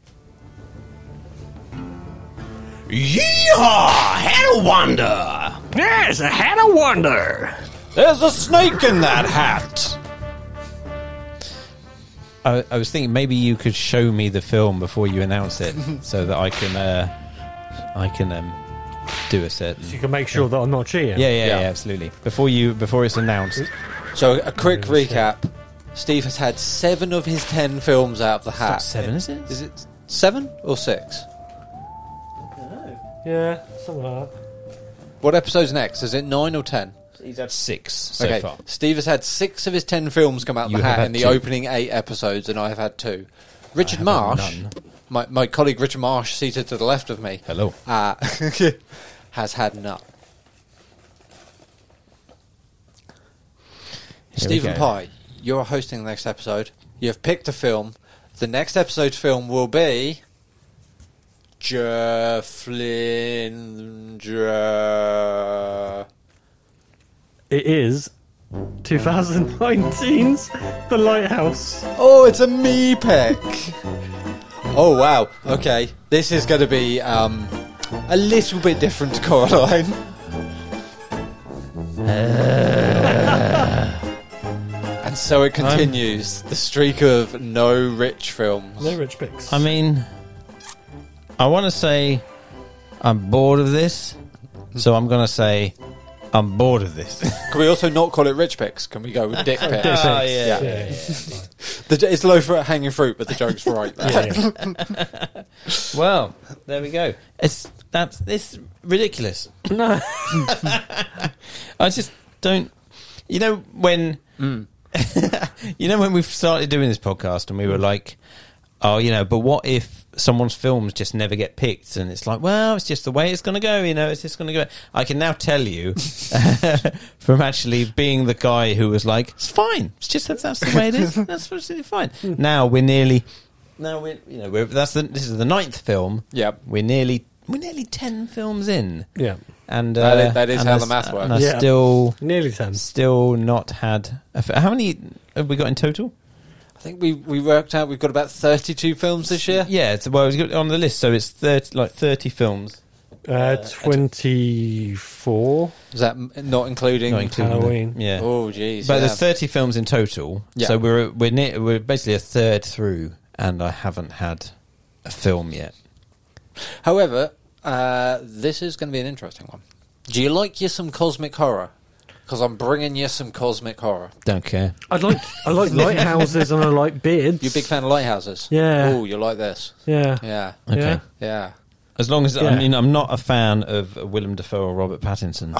Yeehaw! Had a wonder! Yes, I had a wonder! There's a snake in that hat. I, I was thinking maybe you could show me the film before you announce it, so that I can, uh, I can um, do a certain. You can make sure that I'm not cheating. Yeah, yeah, Yeah. yeah, absolutely. Before you, before it's announced. So, a quick recap. Steve has had seven of his ten films out of the hat. seven, is it? Is it seven or six? Yeah, something like that. What episode's next? Is it nine or ten? He's had six so okay. far. Steve has had six of his ten films come out of You the have hat had in the two. opening eight episodes, and I have had two. Richard Marsh, none. my, my colleague Richard Marsh, seated to the left of me, Hello. uh, has had none. Here we Stephen go. Pye, you're hosting the next episode. You've picked a film. The next episode's film will be. Flynn. It is 2019's The Lighthouse. Oh, it's a me pick. Oh wow. Okay, this is going to be um, a little bit different to Coraline. and so it continues the streak of no rich films. No rich picks. I mean, I want to say I'm bored of this, so I'm going to say I'm bored of this. Can we also not call it rich picks? Can we go with dick picks? Dick Ah, picks. yeah. yeah, yeah. The j- it's low for hanging fruit, but the joke's right there. Yeah, yeah. well, there we go. It's that's this ridiculous. No, I just don't. You know when you know when we started doing this podcast and we were like, oh, you know, but what if someone's films just never get picked? And it's like, well, it's just the way it's going to go. You know, it's just going to go. I can now tell you from actually being the guy who was like, it's fine. It's just that that's the way it is. That's absolutely fine. Now we're nearly. Now we're you know we're, that's the, this is the ninth film. Yep. we're nearly we're nearly ten films in. Yeah. And uh, That is- that is and how I the s- math works. And I Yeah. still Nearly 10. still not had a f- how many have we got in total? I think we we worked out we've got about thirty-two films this year. Yeah, it's, well, it's got- on the list, so it's 30, like thirty films. Uh, 24. Is that m- not including? Not including the- Halloween. yeah. Oh, jeez. but yeah. there's thirty films in total, Yeah. so we're we're near, we're basically a third through, and I haven't had a film yet. However, uh, this is going to be an interesting one. Do you like you some cosmic horror? Because I'm bringing you some cosmic horror. Don't care. I like I like lighthouses and I like beards. You a big fan of lighthouses? Yeah. Oh, you like this? Yeah. Yeah. Okay. Yeah. Yeah. As long as Yeah. Oh. Ah. I mean, I'm not a fan of Willem Dafoe or Robert Pattinson.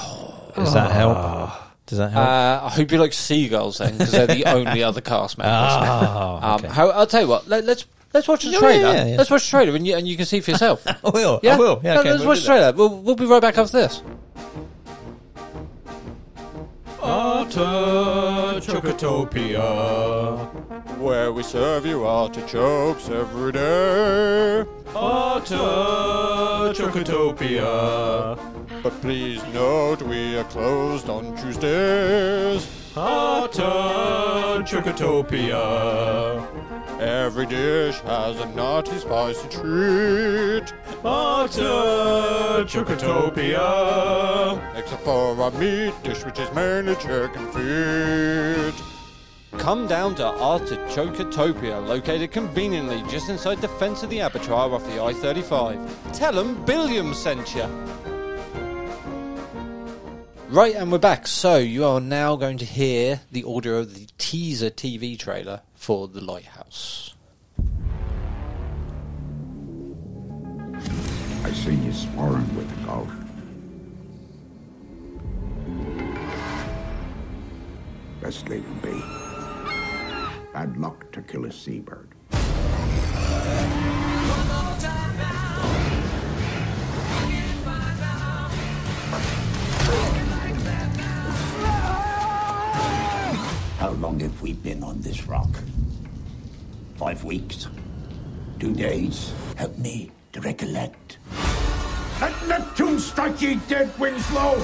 Does that help? Does that help? Uh, I hope you like seagulls then, because they're the only other cast members. oh, um, okay. how, I'll tell you what. Let, let's let's watch the Yeah, trailer. yeah, yeah. Let's watch the trailer, and you, and you can see for yourself. I will. Yeah, I will. Yeah, Let- okay, let's we'll watch do the trailer. We'll, we'll be right back after this. where we serve you artichokes every day. Artichokotopia. But please note we are closed on Tuesdays. Artichokotopia. Every dish has a naughty, spicy treat. Artichokotopia. Except for our meat dish, which is mainly chicken feet. Come down to Artichokotopia, located conveniently just inside the fence of the abattoir off the I-35. Tell them Billiam sent you. Right, and we're back. So you are now going to hear the audio of the teaser TV trailer for The Lighthouse. I see you sparring with the goat. Best leave him be. Bad luck to kill a seabird. How long have we been on this rock? Five weeks? Two days? Help me to recollect. Let Neptune strike ye dead, Winslow!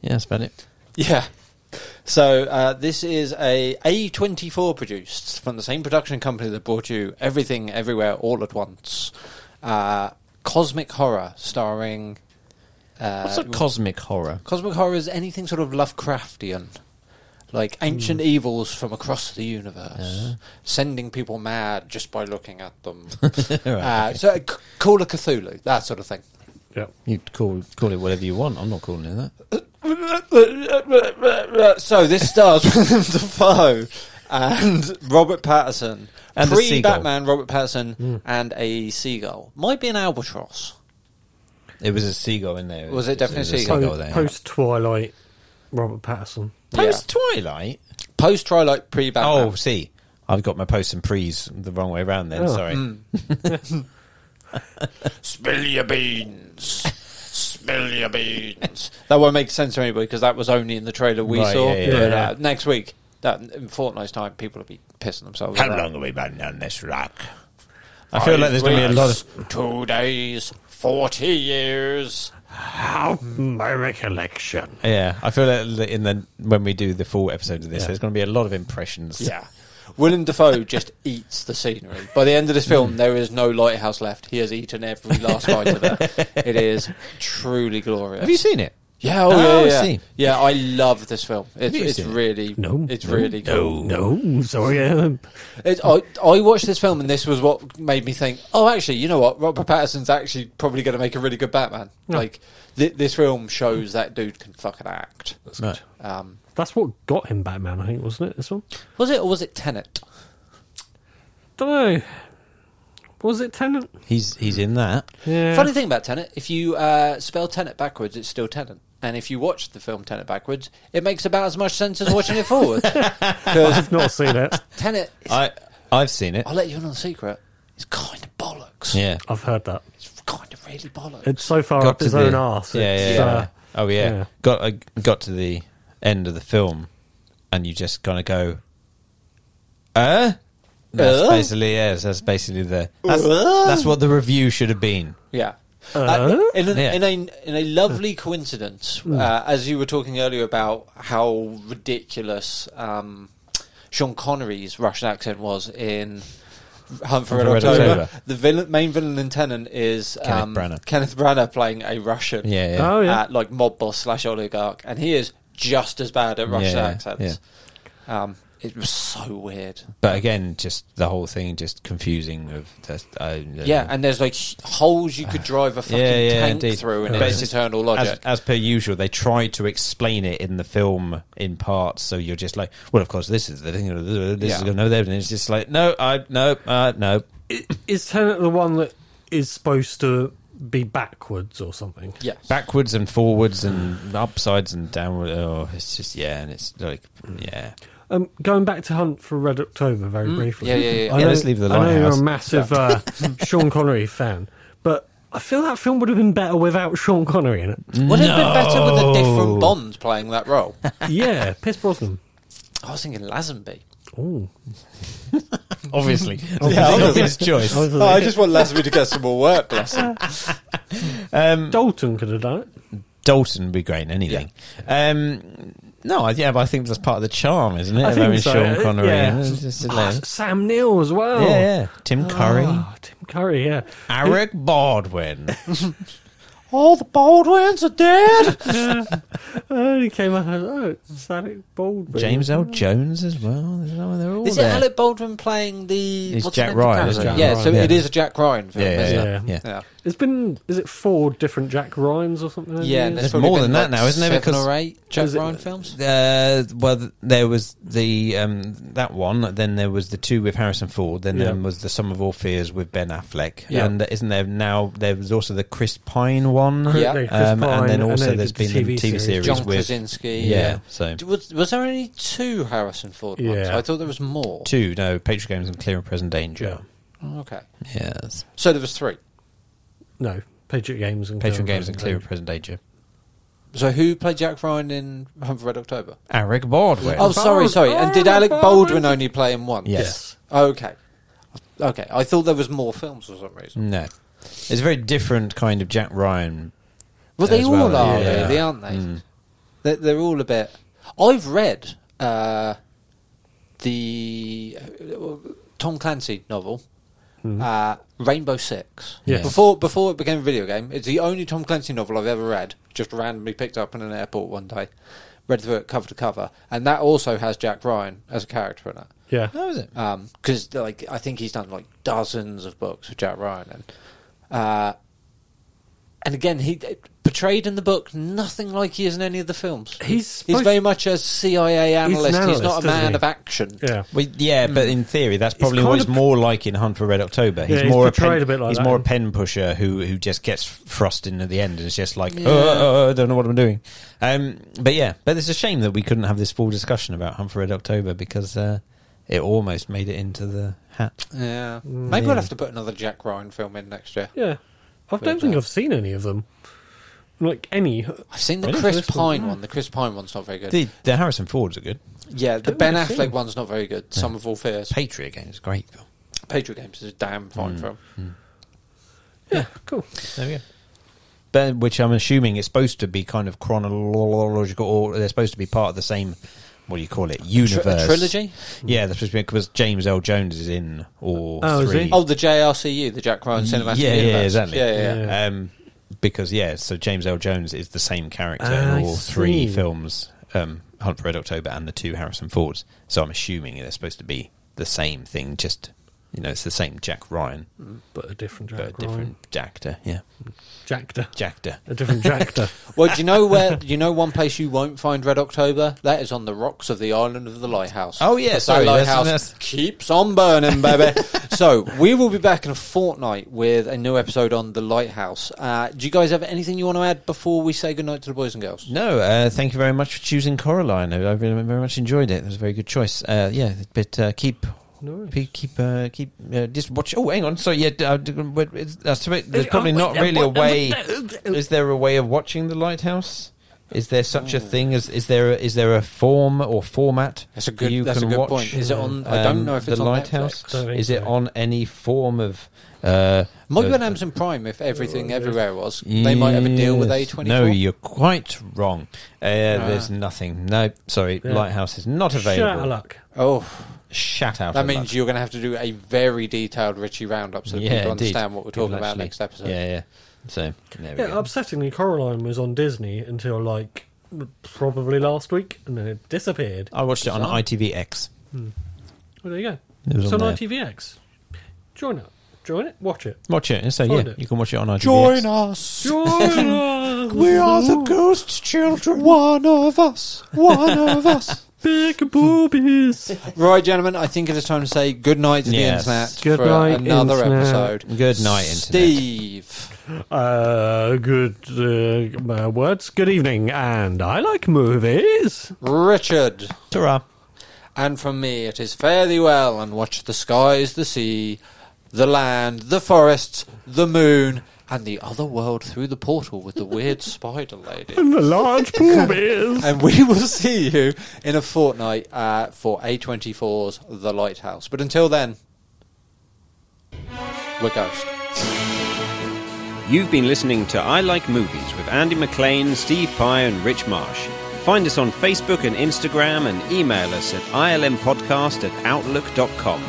yeah, that's about it. Yeah. So uh, this is a A24 produced from the same production company that brought you Everything Everywhere All at Once. Uh, cosmic horror starring uh, What's a cosmic horror? Cosmic horror is anything sort of Lovecraftian, like Hmm. ancient evils from across the universe, sending people mad just by looking at them. uh, so, c- Call of Cthulhu, that sort of thing. Yeah. You call call it whatever you want. I'm not calling it that. So, this stars Willem Dafoe and Robert Patterson, And Hmm. the pre Batman Robert Patterson, and a seagull. Might be an albatross. It was a seagull in there. Was it definitely a seagull? Po- Post Twilight, Robert Patterson. Post Twilight. Post Twilight, pre Batman. Oh, see, I've got my posts and pre's the wrong way around. Then Oh. sorry. Spill your beans. Spill your beans. That won't make sense to anybody because that was only in the trailer we Right, saw. yeah, yeah, but yeah. Uh, next week, that in fortnight's time, people will be pissing themselves. How at that. long have we been on this rock? I feel like there's going to be a lot of. Two days, forty years. Out my recollection. Yeah, I feel like in the when we do the full episode of this, there's going to be a lot of impressions. Yeah. Willem Dafoe just eats the scenery. By the end of this Hmm. film, there is no lighthouse left. He has eaten every last bite of it. It is truly glorious. Have you seen it? Yeah, oh, Oh, yeah, I yeah. see. yeah. I love this film. It's, you it's seen it? really, No. it's really cool. No, sorry. Um, It, I, I watched this film and this was what made me think, oh, actually, you know what? Robert Patterson's actually probably going to make a really good Batman. Like, th- this film shows that dude can fucking act. No. Um, that's what got him Batman, I think, wasn't it? This one? was it or was it Tenet? Don't know. Was it Tenant? He's he's in that. Yeah. Funny thing about Tenet, if you uh, spell Tenet backwards, it's still Tenet. And if you watch the film Tenet backwards, it makes about as much sense as watching it forward. Because I've not seen it. Tenet, is, I I've seen it. I'll let you in on a secret, it's kind of bollocks. Yeah, I've heard that. It's kind of really bollocks. It's so far up his the, own arse. Yeah, yeah, It's, yeah. uh, oh yeah. yeah. Got I got to the end of the film, and you just kind of go, uh. That's Uh? basically yes. That's basically the that's, Uh? that's what the review should have been. Yeah. Uh? Uh, in, a, Yeah. in a in a lovely coincidence, Hmm. uh, as you were talking earlier about how ridiculous um, Sean Connery's Russian accent was in Hunt for Red, Red October, October. the villain, main villain in Tenet is Kenneth um, Branagh. Kenneth Branagh playing a Russian, Yeah, yeah. Oh, yeah. uh, like mob boss slash oligarch, and he is just as bad at Russian yeah, accents. Um, it was so weird. But again, just the whole thing just confusing. Of the, I don't know. Yeah, and there's like h- holes you could drive a fucking yeah, yeah, tank indeed. through in But its it's just- internal logic. As, as per usual, they try to explain it in the film in parts, so you're just like, well, of course, this is the thing. This Yeah. is going to know there, and it's just like, no, I no, uh, no, i- is Tenet the one that is supposed to be backwards or something? Yes. backwards and forwards and upsides and downward. Oh, it's just yeah, and it's like yeah. Um, going back to Hunt for Red October very briefly. Yeah, yeah, yeah. I Mm. Yeah, let's leave the I know you're lighthouse. a massive uh, Sean Connery fan, but I feel that film would have been better without Sean Connery in it. Would it have been better with a different Bond playing that role? yeah, Piss Brosnan. I was thinking Lazenby. Ooh. Obviously, yeah, obvious choice. Obviously. I just want Lasby to get some more work, bless him. Mm. Dalton could have done it. Dalton would be great in anything. Um, no, I- yeah, but I think that's part of the charm, isn't it? I of think having so. Sean Connery. Yeah. It's just a Ah, little- Sam Neill as well. yeah, yeah. Tim Curry, Ah, Tim Curry, yeah. Eric Baldwin. All the Baldwins are dead. Oh, he came out as, oh, it's Alec Baldwin. James L. Jones as well. Oh, They're all Is it there. Alec Baldwin playing the? It's what's Jack his name, the Ryan, character? isn't it? Yeah, Jack so Ryan. it is a Jack Ryan film. yeah, yeah, isn't yeah, it? Yeah. yeah. yeah. It's been, is it four different Jack Ryans or something? over the Yeah, years? there's probably more been than that like now, isn't there? Seven Because- or eight Jack Is it- Ryan films. Uh, well, th- there was the um, that one. Then there was the two with Harrison Ford. Then there Yeah. was the Sum of All Fears with Ben Affleck. Yeah. And isn't there now? There was also the Chris Pine one. Yeah. Chris Um, Pine, and then also it there's did been the TV series John with Krasinski. yeah, So D- Was, was there only two Harrison Ford ones? Yeah. I thought there was more. two no Patriot Games and Clear and Present Danger. Oh, okay. Yes, So there was three. No, Patriot Games and Patriot Clear Games and Clear and Present Danger. So who played Jack Ryan in Hunt for Red October? Eric Baldwin. Oh, sorry, sorry. And did Alec Baldwin only play him once? Yes. Okay. Okay. I thought there was more films for some reason. No, it's a very different kind of Jack Ryan. Well, they As all well, are, yeah. Mm. really, aren't they? They're, they're all a bit. I've read uh, the uh, Tom Clancy novel, uh, Rainbow Six. Mm-hmm. Yes. Before before it became a video game, it's the only Tom Clancy novel I've ever read. Just randomly picked up in an airport one day, read through it cover to cover, and that also has Jack Ryan as a character in it Yeah. How is it? because Um, like I think he's done like dozens of books with Jack Ryan, and uh, and again he uh, portrayed in the book nothing like he is in any of the films. He's he's supposed- very much a CIA analyst. He's, analyst, not a isn't man he? of action. Yeah. Well, yeah, but in theory, that's probably Hmm. kind what he's of- more like in Hunt for Red October. He's Yeah, he's more portrayed pen, a bit like he's that. more a pen pusher who who just gets thrust in at the end and is just like, oh, oh, oh, I don't know what I'm doing. Um, but yeah, but it's a shame that we couldn't have this full discussion about Hunt for Red October because uh, it almost made it into the hat. Yeah. maybe I'll have to put another Jack Ryan film in next year. Mm. Yeah. I don't think I've seen any of them. Like, any. I've seen the Really? Chris This Pine one. The Chris Pine one's not very good. The, the Harrison Fords are good. yeah, the Don't Ben really see Affleck him. one's not very good. Some of all fears. Patriot Games is a great film. Patriot Games is a damn fine Hmm. film. Yeah, cool. There we go. But, which I'm assuming is supposed to be kind of chronological, or they're supposed to be part of the same. What do you call it? Universe Tri- a trilogy. Yeah, that's supposed to be because James L. Jones is in all Oh, is three. he? Oh, the JRCU, the Jack Ryan yeah, Cinematic yeah, Universe. exactly. Yeah, yeah, yeah. Um, because yeah, so James L. Jones is the same character Ah, I in all three see. films: um, Hunt for Red October and the two Harrison Fords. So I'm assuming they're supposed to be the same thing. Just you know, it's the same Jack Ryan, But a different Jack but a different actor. Yeah, Jackter. Jackter. A different Jackter. Well, do you know where? do you know one place you won't find Red October? That is on the rocks of the island of the lighthouse. Oh, yeah, Because sorry, that that's- lighthouse that's- keeps on burning, baby. so we will be back in a fortnight with a new episode on the lighthouse. Uh, do you guys have anything you want to add before we say goodnight to the boys and girls? No, uh, thank you very much for choosing Coraline. I I really, very much enjoyed it. It was a very good choice. Uh, yeah, but uh, keep. Keep, keep, uh, keep. Uh, just watch. Oh, hang on. Sorry, yeah. Uh, d- but it's- that's a bit- there's probably not really a way. Is there a way of watching the lighthouse? Is there such a thing as is there a, is there a form or format That's a good- that's a good point. Is it on- I don't know if it's um, the on lighthouse. Netflix. Don't think Is it so. on any form of? Uh, Might be uh, on Amazon Prime if everything everywhere was. They might have a Ah. deal with Yes. A24. No, you're quite wrong. Uh, There's nothing. No, sorry. Yeah. Lighthouse is not available. Sherlock. oh, Shut out. that of means luck. you're going to have to do a very detailed Richie roundup so that Yeah, people indeed. understand what we're People talking about actually- next episode. Yeah, yeah. So, there we Yeah, go. upsettingly, Coraline was on Disney until like probably last week, and then it disappeared. I watched it on ITVX. Well, there you go. It was It's on on there. ITVX. Join it. Join it. Watch it. Watch it. So, Find yeah, it. you can watch it on ITVX. Join us. Join us. We are the ghost children. One of us. One of us. Big boobies. Right, gentlemen, I think it is time to say good night to Yes. the internet Good for night, another internet. episode. Good night, internet. Steve. Uh, good uh, uh, words. Good evening, and I like movies. Richard. ta And from me, it is fare thee well and watch the skies, the sea, the land, the forests, the moon, and the other world through the portal with the weird spider lady. And the large boobies. And we will see you in a fortnight uh, for A24's The Lighthouse. But until then, we're ghosts. You've been listening to I Like Movies with Andy McLean, Steve Pye, and Rich Marsh. Find us on Facebook and Instagram and email us at ilmpodcast at outlook.com.